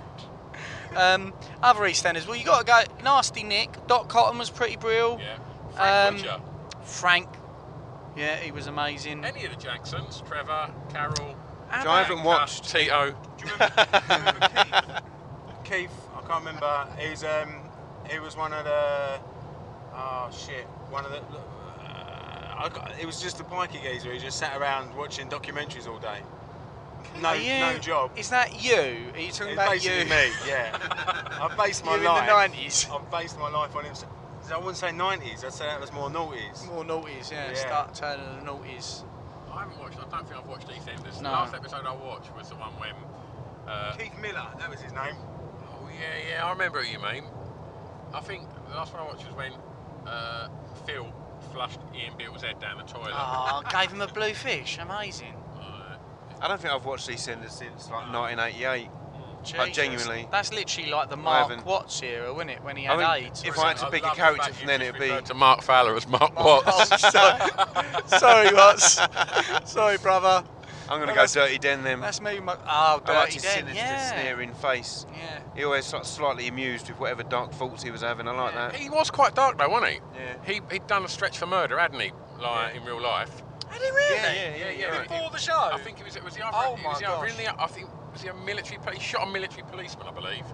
S3: Um, other EastEnders. Well, you got to go. Nasty Nick. Dot Cotton was pretty brill.
S2: Yeah.
S3: Frank
S2: Frank
S3: Um, Butcher. Frank. Yeah, he was amazing.
S2: Any of the Jacksons, Trevor, Carol,
S3: How
S4: So I haven't watched.
S2: Tito.
S5: Do you remember, do you remember Keith? Keith, I can't remember. He was um, he was one of the oh shit, one of the. Uh, I got, it was just a pikey geezer. He just sat around watching documentaries all day. No,
S3: Are you-
S5: no job.
S3: Is that you? Are you talking
S5: It's
S3: about you?
S5: basically me. Yeah, I've based my
S3: You in the
S5: life.
S3: 90s.
S5: I've based my life on him. s- I wouldn't say 90s. I'd say that was more noughties.
S3: More noughties, yeah.
S5: Yeah.
S3: Start turning the noughties.
S2: I haven't watched, I don't think I've watched EastEnders. The
S3: No.
S2: last episode I watched was the one when. Uh,
S5: Keith Miller, that was his name.
S2: oh, yeah, yeah, I remember who you mean. I think the last one I watched was when uh, Phil flushed Ian Beale's head down the toilet.
S4: Ah,
S3: Oh, gave him a blue fish. Amazing.
S4: I don't think I've watched these EastEnders since like 1988.
S3: Jesus.
S4: genuinely-
S3: That's literally like the Mark
S4: haven't-
S3: Watts era, wasn't it? When he
S4: I
S3: had
S4: think
S3: AIDS.
S4: if I had to
S2: I
S4: pick a
S2: love the
S4: character
S2: fact
S4: from
S2: you
S4: then,
S2: just
S4: it'd be
S2: referred to Mark Fowler as Mark Watts.
S3: Sorry, Watts. Sorry, brother.
S4: I'm going to
S3: Oh,
S4: go
S3: that's-
S4: Dirty Den then.
S3: That's me. My, oh,
S4: I liked
S3: dirty
S4: his
S3: Den.
S4: sinister,
S3: yeah.
S4: sneering face.
S3: Yeah.
S4: He always like, slightly amused with whatever dark faults he was having. I like that.
S2: he was quite dark though, wasn't he?
S4: Yeah.
S2: He, he'd done a stretch for murder, hadn't he? Like in real life.
S3: Had he really?
S4: yeah,
S3: Before the show.
S2: I think it was it was the other.
S3: Oh
S2: it
S3: my
S2: was the other
S3: gosh.
S2: in the, I think was he a military? poli- He shot a military policeman, I believe,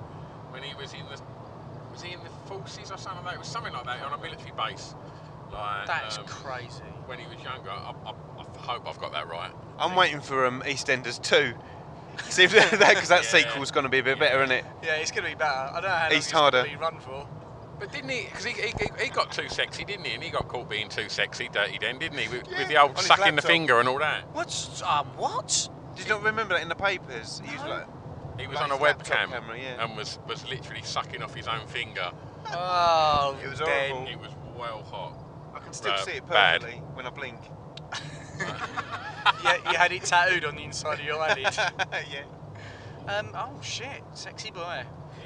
S2: when he was in the was he in the forces or something like that. It was something like that on a military base. Like
S3: That's
S2: um,
S3: crazy.
S2: When he was younger, I, I, I hope I've got that right.
S4: I'm waiting for um, EastEnders 2. See if that because that sequel's going to be a bit better, isn't it?
S3: Yeah, it's gonna be better. I don't know how
S4: He's harder.
S3: Be run for.
S2: But didn't he? Because he, he, he- he got too sexy, didn't he? And he got caught being too sexy, dirty then, didn't he? With, with the
S4: on
S2: old
S4: his
S2: sucking the
S4: laptop.
S2: finger and all that.
S3: What's um what?
S4: Did you not remember that in the papers? He was
S3: No.
S4: like,
S2: He was
S4: Like
S2: on a
S4: his laptop
S2: webcam
S4: camera, yeah.
S2: and was, was literally sucking off his own finger.
S3: Oh,
S4: it was
S3: dead.
S4: horrible.
S2: It was well hot.
S4: I can still
S2: uh,
S4: see it
S2: bad.
S4: perfectly when I blink.
S3: yeah, you had it tattooed on the inside of your eyelid.
S4: yeah.
S3: Um, oh shit, sexy boy.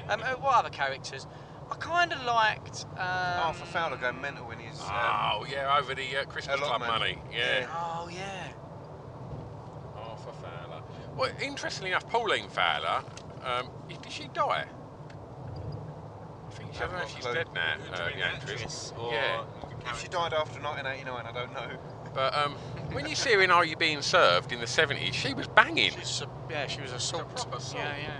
S3: Um, uh, what other characters? I kind of liked. Um,
S4: Arthur Fowler going mental when he's. Um,
S2: Oh yeah, over the uh, Christmas
S4: lot,
S2: Club
S4: man.
S2: money. Yeah.
S4: Yeah.
S3: Oh yeah.
S2: Arthur Fowler. Well, interestingly enough, Pauline Fowler, um, i- did she die? I think she, I
S4: I've
S2: don't know
S4: got
S2: if
S4: a
S2: she's
S4: clue.
S2: dead now,
S5: Would
S2: uh,
S5: have been
S2: the
S5: an
S2: actress.
S5: actress or
S2: Yeah.
S5: the
S4: If she
S5: character.
S4: died after 1989, I don't know.
S2: But um, when you see her in Are You Being Served in the 70s, she was banging.
S3: She's a, yeah, she was a salt.
S2: proper salt.
S3: Yeah, yeah,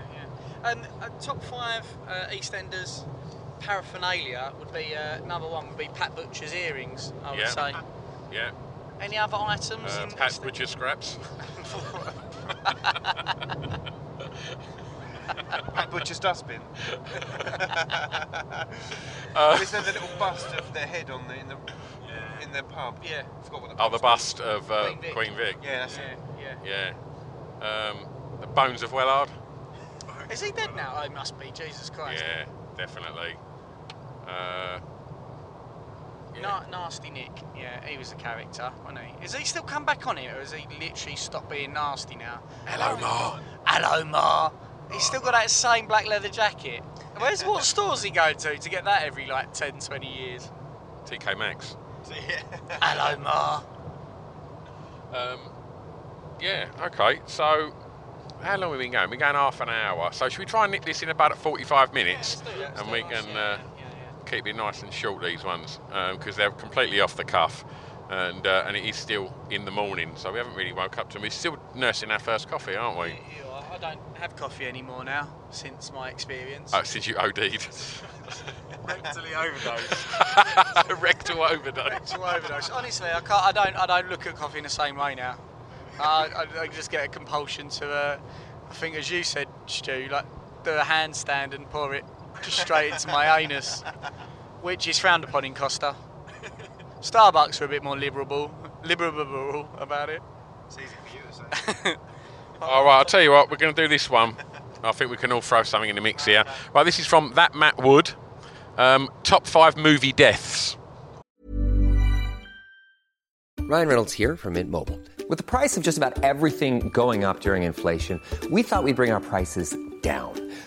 S3: yeah. Um, uh, top five uh, EastEnders paraphernalia would be uh, number one would be Pat Butcher's earrings. I would
S2: Yeah.
S3: say.
S2: Yeah.
S3: Any other items?
S2: Uh,
S3: in
S2: Pat
S3: Eastend-
S2: Butcher scraps.
S4: Pat Butcher's dustbin.
S2: Uh,
S4: Is there the little bust of their head on the in the in their pub?
S3: Yeah.
S4: Forgot what the
S2: Oh, the
S4: pub's
S2: bust of uh,
S3: Queen Vic.
S2: Queen Vic.
S4: called. Yeah, that's
S3: Yeah,
S4: it.
S3: yeah.
S2: Yeah. Um, the bones of Wellard.
S3: Is he dead now? Oh, he must be. Jesus Christ.
S2: Yeah, definitely. Uh,
S3: Na- nasty Nick. Yeah, he was a character, wasn't he? Is he still come back on it, or has he literally stopped being nasty now?
S2: Hello, Ma.
S3: Hello, Ma. He's still got that same black leather jacket. Where's what stores he going to to get that every like 10, 20 years?
S2: TK Maxx.
S3: Hello, Ma.
S2: Um, yeah, okay. So, how long have we been going? We're going half an hour. So, should we try and nip this in about 45 minutes? and we can uh, keep it nice and short, these ones, because they're completely off the cuff. And, uh, and it is still in the morning, so we haven't really woke up to them. We're still nursing our first coffee, aren't we?
S3: I don't have coffee anymore now since my experience.
S2: Oh, since you OD'd.
S5: Rectally overdosed.
S2: Rectal overdose.
S3: To overdose. Honestly, I can't. I don't. I don't look at coffee in the same way now. I, I, I just get a compulsion to. Uh, I think, as you said, Stu, like do a handstand and pour it just straight into my anus, which is frowned upon in Costa. Starbucks were a bit more liberal, liberal about it.
S4: It's easy for you to say.
S2: All right, I'll tell you what, we're going to do this one. I think we can all throw something in the mix here. Right, this is from that Matt Wood. Um, top five movie deaths.
S6: Ryan Reynolds here from Mint Mobile. With the price of just about everything going up during inflation, we thought we'd bring our prices down.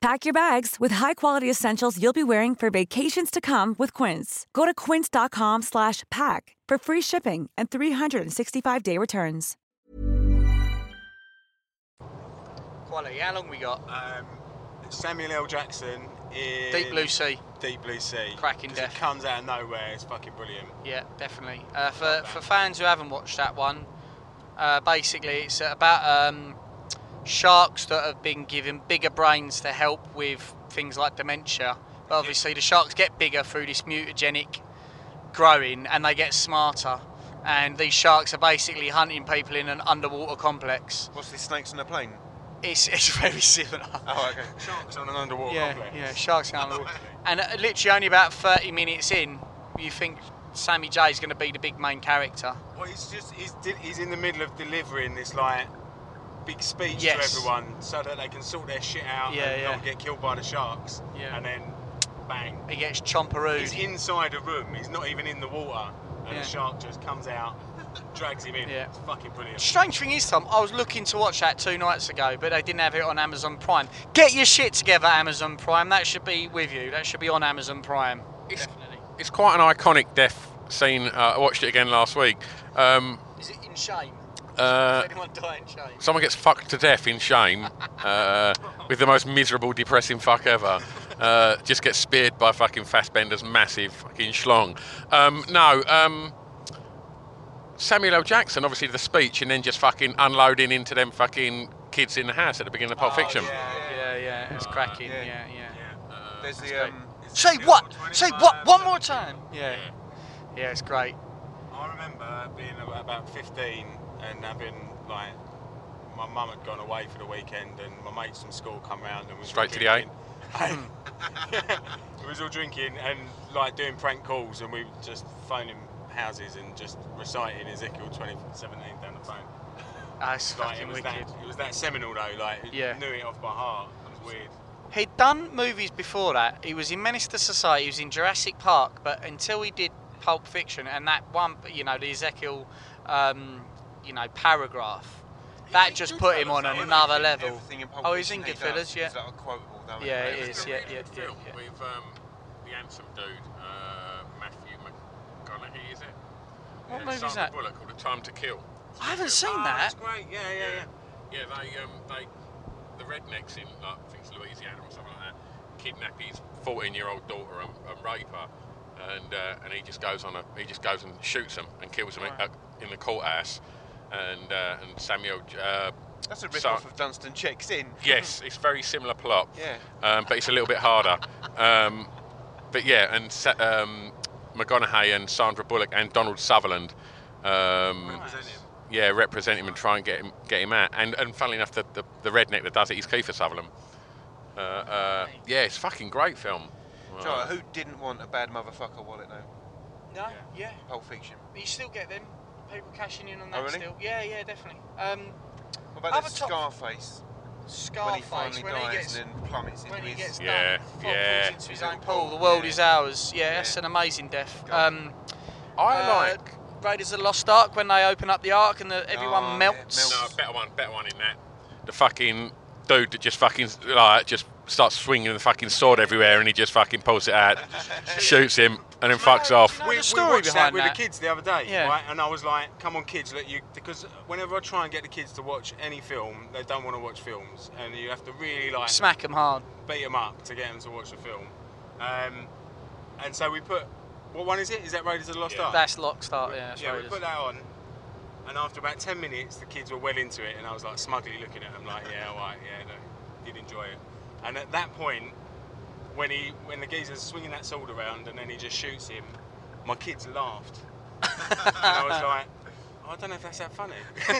S1: Pack your bags with high-quality essentials you'll be wearing for vacations to come with Quince. Go to quince.com slash pack for free shipping and 365-day returns.
S3: Quality. How long we got?
S5: Um, Samuel L. Jackson in
S3: Deep Blue Sea.
S5: Deep Blue Sea.
S3: Cracking
S5: 'Cause it
S3: death.
S5: comes out of nowhere. It's fucking brilliant.
S3: Yeah, definitely. Uh, for, for fans who haven't watched that one, uh, basically it's about um, sharks that have been given bigger brains to help with things like dementia. But obviously, the sharks get bigger through this mutagenic growing and they get smarter. And these sharks are basically hunting people in an underwater complex.
S4: What's this? Snakes on a plane.
S3: It's, it's very similar.
S4: Oh, okay.
S5: Sharks on an underwater
S3: yeah,
S5: complex.
S3: yeah, sharks and animals. and uh, literally, only about 30 minutes in, you think Sammy J is going to be the big main character.
S5: Well, he's just he's, de- he's in the middle of delivering this like big speech
S3: Yes.
S5: to everyone so that they can sort their shit out
S3: Yeah,
S5: and
S3: yeah.
S5: not get killed by the sharks.
S3: Yeah.
S5: And then bang.
S3: He gets chomperooed.
S5: He's inside a room. He's not even in the water, and
S3: Yeah.
S5: a shark just comes out, drags him in.
S3: Yeah.
S5: It's fucking brilliant.
S3: Strange thing is, Tom, I was looking to watch that two nights ago, but they didn't have it on Amazon Prime. Get your shit together, Amazon Prime. That should be with you. That should be on Amazon Prime. Definitely.
S2: It's quite an iconic death scene. Uh, I watched it again last week. Um,
S3: Is it in shame?
S2: uh,
S3: Does anyone die in shame?
S2: someone gets fucked to death in shame uh, with the most miserable, depressing fuck ever. Uh, just gets speared by fucking Fassbender's massive fucking schlong. Um, no, um, Samuel L. Jackson, obviously the speech, and then just fucking unloading into them fucking kids in the house at the beginning of Pulp Fiction.
S3: Ah, Oh, Yeah, yeah,
S5: Uh,
S3: it's cracking. Yeah,
S4: yeah.
S3: yeah.
S4: There's the um,
S3: Say what? Say what? One more time. Yeah. Yeah, it's great.
S5: I remember being ab- about 15 and having like my mum had gone away for the weekend, and my mates from school come round and was
S2: Straight to the A.
S5: we was all drinking and like doing prank calls, and we were just phoning houses and just reciting Ezekiel 2017 down the phone.
S3: Ah, it's
S5: Like, it
S3: fucking
S5: was
S3: wicked.
S5: that it was that seminal though. Like
S3: Yeah.
S5: knew it off by heart. It was weird.
S3: He'd done movies before that. He was in Menace to Society. He was in Jurassic Park. But until he did Pulp Fiction and that one, you know, the Ezekiel, um, you know, paragraph, that just put him on
S4: Goodfellas,
S3: another
S4: everything-
S3: level.
S4: everything in Pulp
S3: Oh, he's in
S4: Fiction he
S3: Goodfellas,
S4: does
S3: yeah.
S4: is, like, quotable, though, isn't
S3: Yeah, it
S4: it?
S3: is.
S2: It's a
S3: yeah,
S2: really
S3: yeah,
S2: good
S3: yeah,
S2: film
S3: yeah.
S2: With um, the handsome dude, uh, Matthew McConaughey, is it?
S3: What
S2: And
S3: movie is
S2: Sandra
S3: that?
S2: Bullock called A Time to Kill.
S3: I haven't
S5: Oh,
S3: seen that.
S5: That's great. Yeah, yeah, yeah.
S2: Yeah, they, um, they, the rednecks in, like, I think it's Louisiana or something like that, kidnap his 14-year-old daughter and, and rape her, and uh, and he just goes on a, he just goes and shoots them and kills them in, uh, in the courthouse, and uh, and Samuel, uh,
S5: Mm-hmm.
S4: That's a rip
S2: So-
S4: off of Dunstan Checks In.
S2: Yes, it's very similar plot.
S4: Yeah.
S2: Um, but it's a little bit harder. Um, but yeah, and Sa- um, McGonaghy and Sandra Bullock and Donald Sutherland. Um,
S5: Represent him.
S2: Yeah, represent him and try and get him get him out. And and funnily enough, the, the, the redneck that does it is Kiefer Sutherland. Uh, uh, yeah, it's a fucking great film.
S4: Do you know what, who didn't want a bad motherfucker wallet though?
S3: No, yeah.
S4: Pulp Fiction.
S3: You still get them. People cashing in on that
S4: Oh, really?
S3: still. Yeah, yeah, definitely. Um,
S4: What about
S3: Other
S4: the
S3: top-
S4: Scarface? when he
S3: Scarface,
S4: finally dies
S3: gets,
S4: and then plummets into
S3: when he
S4: his.
S3: gets
S2: Yeah,
S3: done,
S2: yeah.
S3: falls into his own
S4: His
S3: pool.
S4: own
S3: The world
S4: pool,
S3: is
S4: yeah.
S3: ours. Yeah, that's
S4: Yeah.
S3: an amazing death.
S4: God.
S3: Um,
S2: I
S3: uh,
S2: like.
S3: Raiders of the Lost Ark when they open up the ark and the, everyone
S4: Oh, yeah,
S3: melts.
S4: melts.
S2: No, uh, better one, better one in that. The fucking dude that just fucking like just starts swinging the fucking sword everywhere, and he just fucking pulls it out, shoots him, and then fucks off.
S3: know
S5: we,
S3: the
S5: we
S3: story
S5: watched
S3: behind
S5: that with
S3: that?
S5: the kids the other day,
S3: Yeah.
S5: right? And I was like, "Come on, kids, look you," because whenever I try and get the kids to watch any film, they don't want to watch films, and you have to really like
S3: Smack them hard.
S5: beat them up to get them to watch the film. Um, and so we put, what one is it? Is that Raiders of the
S2: Oh.
S5: Lost Ark?
S3: That's Lockstart, yeah. That's
S5: yeah, we
S3: Raiders.
S5: put that on, and after about ten minutes, the kids were well into it, and I was like smugly looking at them, like, "Yeah, all right, yeah, no, did enjoy it." And at that point, when he, when the geezer's swinging that sword around, and then he just shoots him, my kids laughed, and I was like. "Oh, I don't know if that's that funny.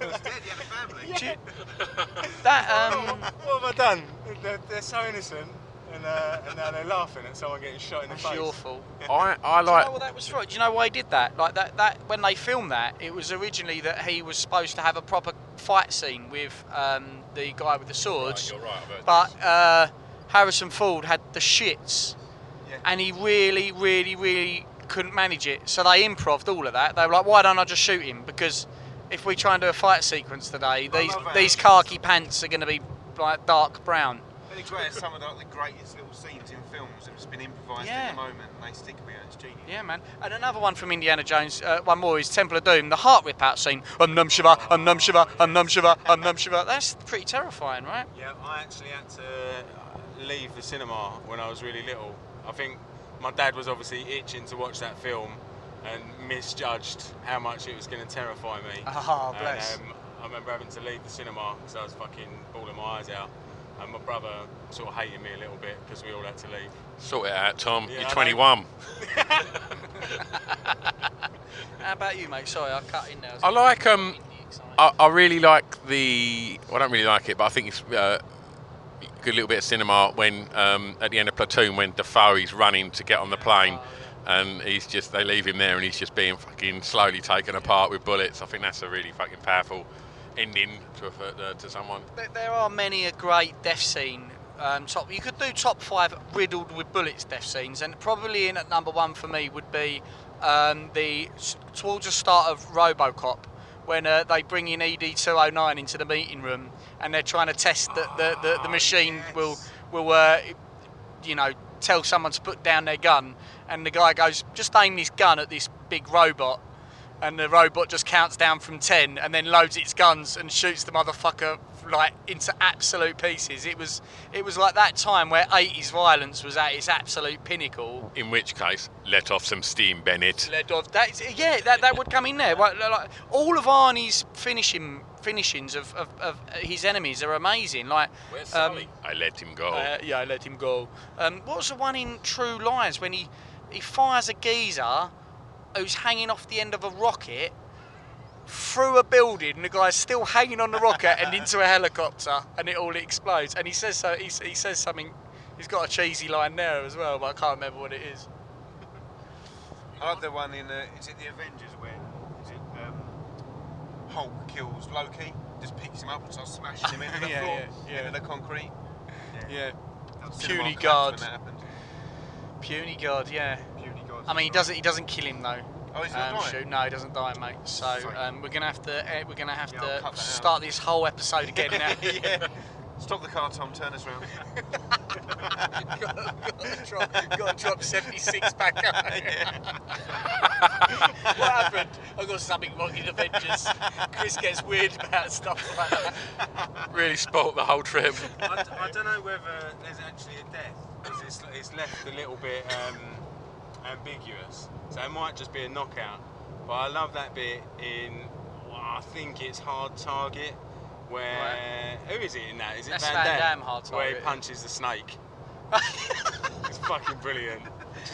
S3: Do you- that, um,
S5: what have I done? They're, they're so innocent, and, uh, and now they're laughing at someone getting shot in the
S3: that's
S5: face.
S3: your fault.
S2: I I
S3: Oh, well,
S2: like.
S3: that was right. Do you know why he did that? Like that, that when they filmed that, it was originally that he was supposed to have a proper fight scene with um, the guy with the swords.
S2: Right, you're right, I've heard
S3: but uh, Harrison Ford had the shits, and he really, really, really couldn't manage it. So they improved all of that. They were like, "Why don't I just shoot him?" Because if we try and do a fight sequence today, these
S4: love
S3: these khaki pants are going to be like dark brown.
S4: Billy Gray has some of the, like, the greatest little scenes in films that have just been improvised
S3: Yeah.
S4: at the moment, and they stick with you. It's genius.
S3: Yeah, man. And another one from Indiana Jones, uh, one more is Temple of Doom, the heart rip out scene. Um num shiva, um num shiva, um num shiva, um num shiva. That's pretty terrifying, right?
S5: Yeah, I actually had to leave the cinema when I was really little. I think my dad was obviously itching to watch that film and misjudged how much it was going to terrify me.
S3: Ah, bless.
S5: And, um, I remember having to leave the cinema because I was fucking bawling my eyes out. And my brother sort of hated me a little bit because we all had to leave.
S2: Sort it out, Tom.
S5: Yeah, I
S2: You're
S5: know.
S2: 21.
S3: How about you, mate? Sorry, I cut in there.
S2: I like um, I, I really like the. Well, I don't really like it, but I think it's uh, a good little bit of cinema when um, at the end of Platoon when Defoe is running to get on the plane, and he's just they leave him there and he's just being fucking slowly taken apart with bullets. I think that's a really fucking powerful ending to a, uh, to someone.
S3: There- There are many a great death scene. Um, top, you could do top five riddled with bullets death scenes, and probably in at number one for me would be um, the s- towards the start of RoboCop when uh, they bring in ED two hundred nine into the meeting room and they're trying to test that the, the, the machine will will uh, you know tell someone to put down their gun, and the guy goes just aim this gun at this big robot, and the robot just counts down from 10 and then loads its guns and shoots the motherfucker like into absolute pieces it was it was like that time where 80s violence was at its absolute pinnacle
S2: In which case, let off some steam, Bennett.
S3: Led off- that is- yeah that, that would come in there Like- like, all of Arnie's finishing finishings of, of, of his enemies are amazing like um,
S2: I let him go.
S3: uh, yeah, I let him go. Um, what was the one in True Lies when he he fires a geezer who's hanging off the end of a rocket through a building, and the guy's still hanging on the rocket and into a helicopter, and it all explodes. And he says so. He, s- he says something. He's got a cheesy line there as well, but I can't remember what it is.
S4: I like the one in the. Is it the Avengers where? Is it um, Hulk kills Loki? Just picks him up and starts smashing him into the
S3: Yeah,
S4: floor,
S3: yeah, yeah.
S4: into the concrete.
S3: Yeah,
S4: That's
S3: Puny
S4: cinema collapse
S3: guard.
S4: When that happened.
S3: puny god. Yeah.
S4: Puny guard.
S3: I mean, he doesn't. He doesn't kill him though.
S4: Oh, he's not
S3: um,
S4: dying?
S3: shoot, no, he doesn't die, mate. So
S4: Sorry.
S3: um, we're gonna have to. eh, We're gonna have
S4: Yeah, I'll cut
S3: to
S4: that out.
S3: start this whole episode again now.
S4: yeah. Stop the car, Tom. Turn us round.
S3: drop, got to drop 76 back up. what happened? I got something wrong in Avengers. Chris gets weird about stuff like that.
S2: really spoilt the whole trip.
S5: I, d- I don't know whether there's actually a death because it's, it's left a little bit um, ambiguous. So it might just be a knockout. But I love that bit in, well, I think it's Hard Target, where who is it in that? Is it
S3: That's
S5: Van
S3: Van
S5: Damme?
S3: Damme hard
S5: where he
S3: target.
S5: punches the snake. it's fucking brilliant.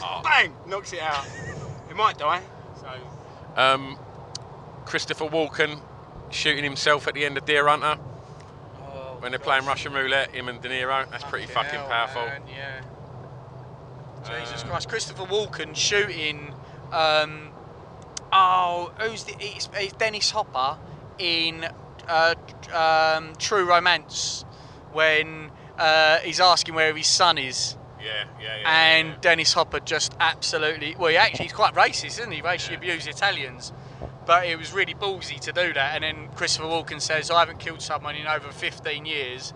S3: Oh.
S5: Bang! Knocks it out. It might die. So
S2: Um, Christopher Walken shooting himself at the end of Deer Hunter when they're playing Russian roulette, him and De Niro. That's pretty fucking
S3: Oh, hell,
S2: powerful. Uh,
S3: man, yeah. Jesus Christ, Christopher Walken shooting. Um, oh, who's the? It's, it's Dennis Hopper in uh, tr- um, True Romance when uh, he's asking where his son is.
S2: Yeah, yeah,
S3: and Dennis Hopper just absolutely well, he actually he's quite racist, isn't he? Racially abused Italians, but it was really ballsy to do that. And then Christopher Walken says, "I haven't killed someone in over 15 years,"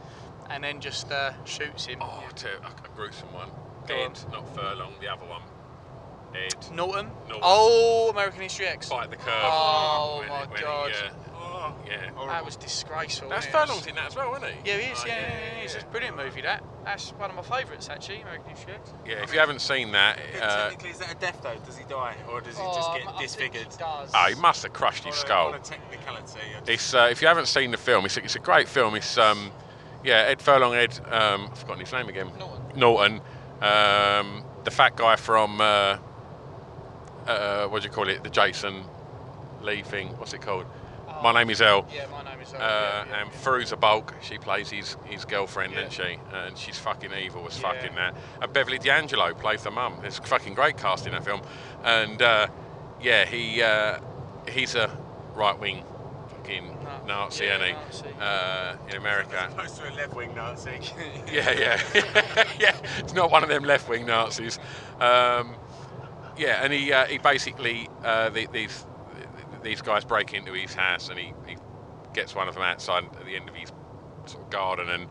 S3: and then just uh, shoots him.
S2: Oh, to a, a gruesome one.
S3: Go on.
S2: Dead, not furlong. The other one. Dead.
S3: Norton.
S2: Norton.
S3: Oh, American History X.
S2: Bite the curb.
S3: Oh,
S2: When
S3: my
S2: it- when it,
S3: God.
S5: oh.
S2: yeah. yeah.
S3: That was disgraceful.
S2: That's
S3: wasn't it?
S2: furlong's in that as well, isn't he?
S3: Yeah, he is.
S2: Oh,
S3: yeah, yeah, yeah, yeah. It's a brilliant movie. That. That's one of my favourites actually. American History X.
S2: Yeah, if you haven't seen that, uh,
S5: technically, is that a death though? Does he die, or does he just
S3: Oh, I
S5: get
S3: think
S5: disfigured?
S3: He does.
S2: oh, he must have crushed
S5: On
S2: his
S5: a-
S2: skull.
S5: on a technicality. I just-
S2: It's uh, if you haven't seen the film, it's, it's a great film. It's um, yeah, Ed Furlong, Ed, um, I've forgotten his name again. Norton, um, the fat guy from uh, uh, what do you call it? The Jason Lee thing. What's it called? My name is Elle.
S3: Oh. Yeah, my name is.
S2: Uh,
S3: yeah, yeah,
S2: and
S3: yeah.
S2: Feruza Bulk, she plays his, his girlfriend,
S3: Yeah.
S2: isn't she? And she's fucking evil as
S3: Yeah.
S2: fucking that. And Beverly D'Angelo plays the mum. It's fucking great cast in that film. And uh, yeah, he uh, he's a right wing fucking
S3: Nazi.
S2: Nazi,
S3: Yeah,
S2: isn't he?
S3: Nazi.
S2: Uh, in
S5: As
S2: America.
S5: opposed to a left-wing Nazi.
S2: Yeah, yeah, yeah. It's not one of them left-wing Nazis. Um, yeah, and he uh, he basically uh, the, these these guys break into his house and he, he gets one of them outside at the end of his sort of garden and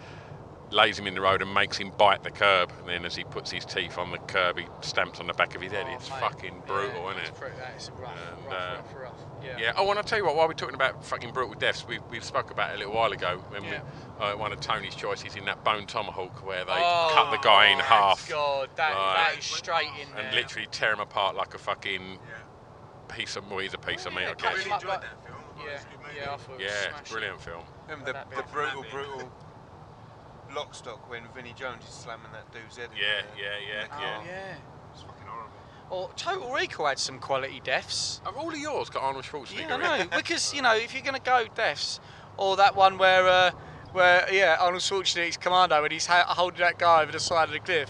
S2: lays him in the road and makes him bite the curb. And then as he puts his teeth on the curb, he stamps on the back of his head.
S3: Oh,
S2: it's
S3: mate.
S2: fucking brutal,
S3: yeah,
S2: isn't
S3: that's
S2: it?
S3: pretty- that's rough,
S2: And,
S3: rough,
S2: uh,
S3: rough, rough. Yeah.
S2: Yeah. Oh, and I'll tell you what. While we're talking about fucking brutal deaths, we we spoke about it a little while ago when
S3: Yeah.
S2: we, uh, one of Tony's choices in that bone tomahawk where they
S3: Oh,
S2: cut the guy in
S3: my
S2: half
S3: God, that,
S2: Right.
S3: that is straight in there.
S2: and literally tear him apart like a fucking
S5: Yeah.
S2: piece of well, he's a piece of meat,
S3: Yeah,
S2: I
S3: cut
S2: guess.
S3: him
S5: really
S3: up
S5: enjoyed
S3: like-
S5: that film. I thought it
S3: Yeah,
S5: was a good movie.
S3: yeah, I thought it was
S2: Yeah,
S3: smashing.
S2: it's a brilliant film.
S4: Remember the,
S3: That bit
S4: the
S3: of
S4: brutal,
S5: Mandy.
S4: brutal lockstock when Vinnie Jones is slamming that dude's head in
S2: Yeah,
S4: the,
S2: yeah, yeah,
S4: in the
S3: Oh,
S4: car.
S3: yeah.
S5: It's fucking horrible.
S3: Or Total Recall had some quality deaths.
S2: Have all of yours got Arnold Schwarzenegger?
S3: Yeah,
S2: in
S3: I know.
S2: it?
S3: because you know, if you're going to go deaths, or that one where, uh, where yeah, Arnold Schwarzenegger's commando and he's ha- holding that guy over the side of the cliff,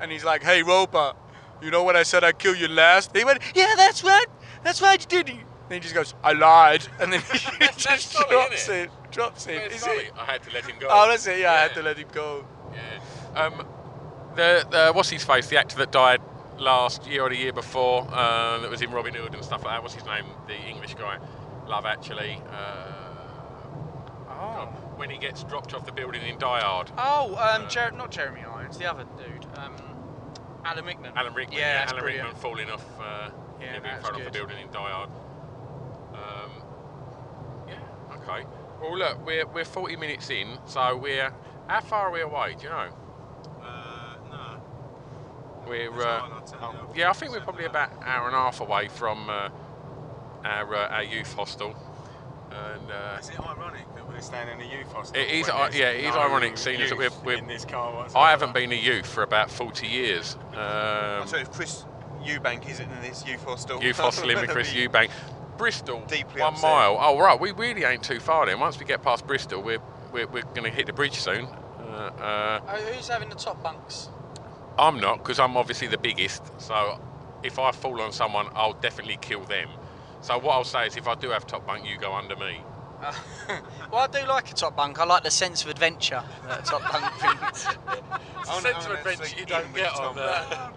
S3: and he's like, "Hey, robot, you know when I said I'd kill you last?" He went, "Yeah, that's right. That's right, you did." Then he just goes, "I lied," and then he
S2: That's-
S3: just
S2: that's Sully,
S3: drops
S2: innit?
S3: it. Drops it.
S2: Where's
S3: Is
S2: Sully?
S3: it?
S2: I had to let him go.
S3: Oh, that's it. Yeah, I had to let him go.
S2: Yeah. Um, the, the what's his face? The actor that died last year or the year before uh, that was in Robin Hood and stuff like that. What's his name? The English guy, Love Actually. Uh,
S3: Oh.
S2: when he gets dropped off the building in Die Hard.
S3: Oh, um, Jer- not Jeremy Irons, the other dude, um, Alan Rickman.
S2: Alan Rickman,
S3: Yeah,
S2: yeah,
S3: that's
S2: Alan
S3: brilliant.
S2: Rickman falling off, uh,
S3: Yeah,
S2: yeah, being
S3: that's
S2: thrown off the
S3: good.
S2: building in Die Hard. Um, yeah, okay. Well, look, we're, we're 40 minutes in, so we're how far are we away? Do you know?
S3: Oh,
S5: Uh, no.
S2: We're
S5: There's
S2: uh,
S5: no one I'll turn
S3: Oh,
S5: it off.
S2: yeah, I think we're probably about an hour and a half away from uh, our uh, our youth hostel, and uh,
S5: Is it ironic that we're staying in a youth hostel?
S2: It is
S5: when
S2: i-
S5: there's
S2: yeah, it is
S5: no
S2: ironic seeing as that
S5: youth
S2: we're- we're-
S5: in this car whatsoever?
S2: I haven't been a youth for about 40 years. Um,
S4: So if Chris Eubank isn't in this youth hostel,
S2: Youth Hostel in with Chris
S4: that'd be-
S2: Eubank. Bristol,
S4: Deeply
S2: one
S4: upset.
S2: mile. Oh, right, we really ain't too far then. Once we get past Bristol, we're, we're, we're going to hit the bridge soon. Uh,
S3: Oh, who's having the top bunks?
S2: uh, I'm not, because I'm obviously the biggest. So if I fall on someone, I'll definitely kill them. So what I'll say is if I do have top bunk, you go under me.
S3: Well, I do like a top bunk. I like the sense of adventure that a top bunk brings.
S4: I wanna- I wanna sleep in with Tom.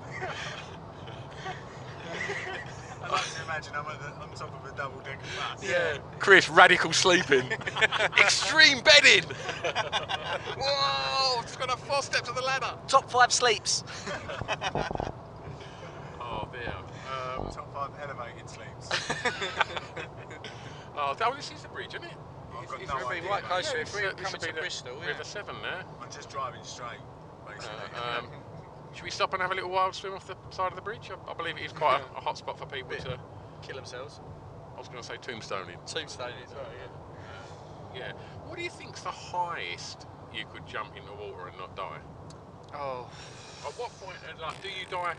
S5: I like to imagine I'm at the, on top of a double-decker bus.
S2: Yeah. Chris, radical sleeping. Extreme bedding. Whoa, just gone up four steps of the ladder.
S3: top five sleeps.
S2: Oh, dear. Um,
S5: Top five elevated sleeps.
S2: oh, that- this is the bridge, isn't it?
S5: I've got
S3: It's
S5: no
S3: really
S5: idea.
S3: right close
S2: Yeah,
S3: to it.
S2: this
S3: If we
S2: is-
S3: were
S2: this
S3: coming
S2: would be
S3: to
S2: the
S3: Bristol, yeah.
S2: River Severn there.
S5: I'm just driving straight, basically.
S3: Uh,
S2: Um, should we stop and have a little wild swim off the side of the bridge? I, I believe it is quite a, a hot spot for people to.
S3: Kill themselves.
S2: I was going to say tombstoning.
S3: Tombstone is well, yeah.
S2: Uh, Yeah. What do you think's the highest you could jump into water and not die?
S3: Oh,
S2: At what point, uh, like, do you die?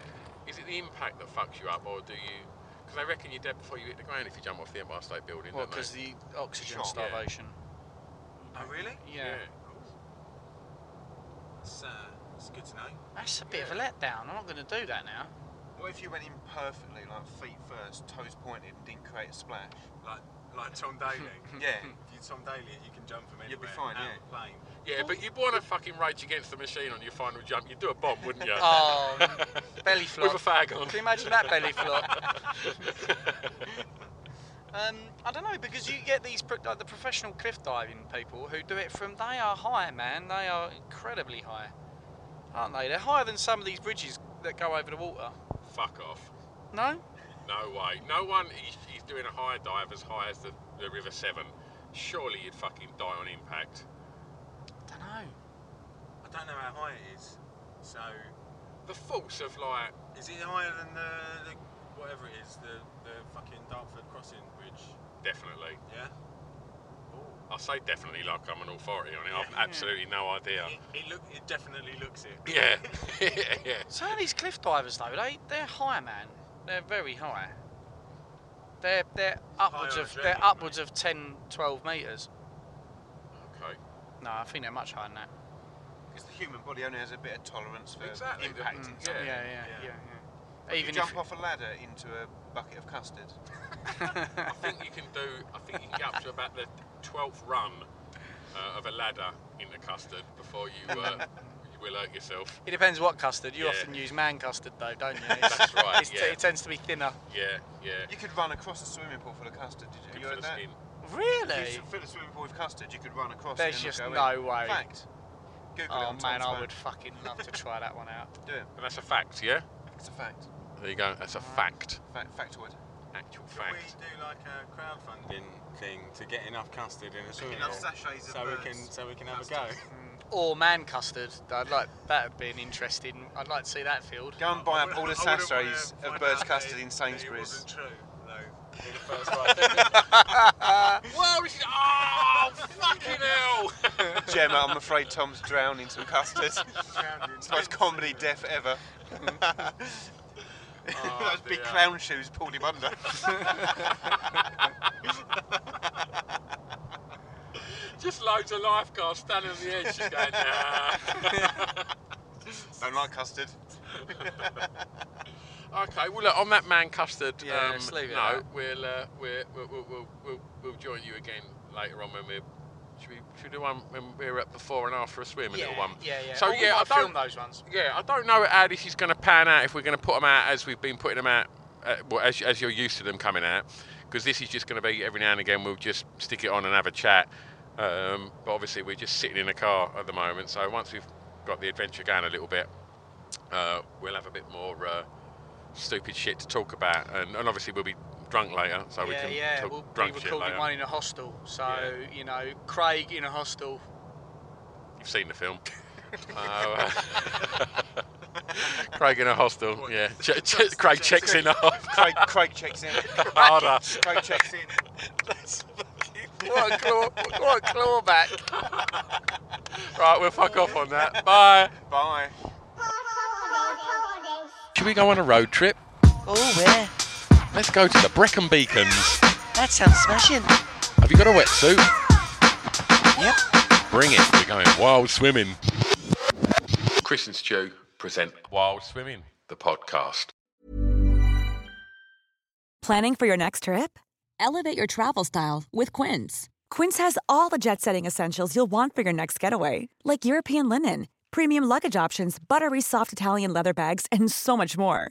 S2: Is it the impact that fucks you up, or do you? Because I reckon you're dead before you hit the ground if you jump off the Empire State Building.
S3: well,
S2: don't they?
S3: because the oxygen
S4: Shock.
S2: Yeah.
S3: starvation.
S5: Oh, really?
S3: Yeah.
S5: That's, uh, that's good to know.
S3: That's a bit of a letdown. I'm not going to do that now.
S4: What if you went in perfectly, like feet first, toes pointed, and didn't create a splash?
S5: Like like Tom Daly.
S2: Hmm,
S4: Yeah.
S5: If you're Tom Daly, you can jump from anywhere.
S4: You'll be fine,
S5: out
S4: yeah.
S5: of plane.
S2: Yeah, but you'd want to fucking rage against the machine on your final jump. You'd do a bomb, wouldn't you?
S3: Oh, belly flop.
S2: With a fag on.
S3: Can you imagine that belly flop? um, I don't know because you get these pro- like the professional cliff diving people who do it from. They are high, man. They are incredibly high, aren't they? They're higher than some of these bridges that go over the water.
S2: Fuck off.
S3: No.
S2: No way. No one is, is doing a high dive as high as the, the River Severn. Surely you'd fucking die on impact.
S3: don't know.
S5: I don't know how high it is. So,
S2: The force of like,
S5: is it higher than the, the whatever it is, the, the fucking Dartford Crossing Bridge?
S2: definitely.
S5: Yeah.
S2: I say definitely like I'm an authority on it. I've absolutely no idea.
S5: It, it look it definitely looks it.
S2: Yeah. yeah.
S3: Some of these cliff divers though, they they're high, man. They're very high. They're they're upwards
S5: on
S3: of
S5: adrenaline,
S3: they're
S5: mate.
S3: upwards of 10, 12 meters.
S2: Okay.
S3: No, I think they're much higher than that.
S4: Because the human body only has a bit of tolerance for
S2: Exactly.
S4: impact.
S2: Mm,
S4: and
S2: yeah.
S4: stuff.
S3: yeah, yeah.
S5: Yeah.
S3: yeah, yeah.
S4: You
S3: Even
S4: jump
S3: if
S4: off a ladder into a bucket of custard.
S2: I think you can do. I think you can get up to about the twelfth run uh, of a ladder into custard before you uh, you will hurt yourself.
S3: it depends what custard. You
S2: Yeah.
S3: often use man custard though, don't you?
S2: That's right,
S3: It's
S2: yeah.
S3: it tends to be thinner.
S2: Yeah, yeah.
S4: You could run across a swimming pool full of custard. Did
S2: Good
S4: you? you
S2: for
S4: heard
S2: the
S4: that?
S2: skin.
S4: If
S3: Really?
S4: you fill a swimming pool with custard, you could run across.
S3: There's
S4: it and
S3: just
S4: it'll
S3: no
S4: go in.
S3: way.
S4: Fact. Google it
S3: Oh
S4: on
S3: man,
S4: Tom's
S3: I
S4: phone.
S3: would fucking love to try that one out.
S4: do it.
S2: And that's a fact, yeah.
S4: It's a fact.
S2: There you go. That's a fact.
S4: Fact. Factoid.
S2: Actual
S5: Can we
S2: fact.
S5: do like a crowdfunding thing to get enough custard in a swimming
S4: Enough
S5: pool
S4: sachets of
S5: so we
S4: birds.
S5: can so we can have a go?
S3: Or man custard. I'd like that would be an interesting. I'd like to see that field.
S4: Go and buy up all the
S5: I wouldn't wanna
S4: sachets
S5: find
S4: of
S5: out
S4: bird's
S5: that
S4: custard
S5: it-
S4: in
S5: that it
S4: Sainsbury's.
S5: wasn't true, though, in the first one.
S2: Well, this is- oh fucking hell!
S4: Gemma, I'm afraid Tom's drowning some custard. it's the most comedy death ever. Oh, Those big
S2: dear.
S4: clown shoes pulled him under.
S2: Just loads of lifeguards standing on the edge, just going. Nah.
S4: Don't like custard.
S2: Okay, well, look, on that man custard.
S3: Yeah,
S2: um,
S3: let's leave it
S2: No,
S3: at that.
S2: we'll, uh, we're, we'll, we'll, we'll, we'll, we'll join you again later on when we're. Should we, should we do one when we're at before and after a swim, a
S3: yeah,
S2: little one?
S3: yeah, yeah.
S2: So,
S3: Or we
S2: yeah, I
S3: might film
S2: don't,
S3: those ones.
S2: yeah, I don't know how this is going to pan out if we're going to put them out as we've been putting them out, uh, well, as, as you're used to them coming out, because this is just going to be every now and again we'll just stick it on and have a chat. Um, but obviously, we're just sitting in a car at the moment, so once we've got the adventure going a little bit, uh, we'll have a bit more uh, stupid shit to talk about, and, and obviously, we'll be drunk later, so we
S3: yeah,
S2: can
S3: yeah.
S2: talk
S3: we'll be
S2: drunk shit
S3: recording
S2: later.
S3: one in a hostel. So
S2: Yeah.
S3: you know, Craig in a hostel.
S2: You've seen the film. Oh, uh, Craig in a hostel, yeah. Che- che- Craig checks in a
S4: Craig, Craig checks in.
S2: harder.
S4: Craig checks in.
S3: What a, claw, what a clawback!
S2: Right, we'll fuck off on that. Bye.
S4: Bye.
S2: Should we go on a road trip?
S3: Oh, where?
S2: Let's go to the Brecon Beacons.
S3: That sounds smashing.
S2: Have you got a wetsuit?
S3: Yep.
S2: Bring it. We're going wild swimming. Chris and Stu present Wild Swimming, the podcast.
S1: Planning for your next trip?
S7: Elevate your travel style with Quince.
S1: Quince has all the jet setting essentials you'll want for your next getaway, like European linen, premium luggage options, buttery soft Italian leather bags, and so much more.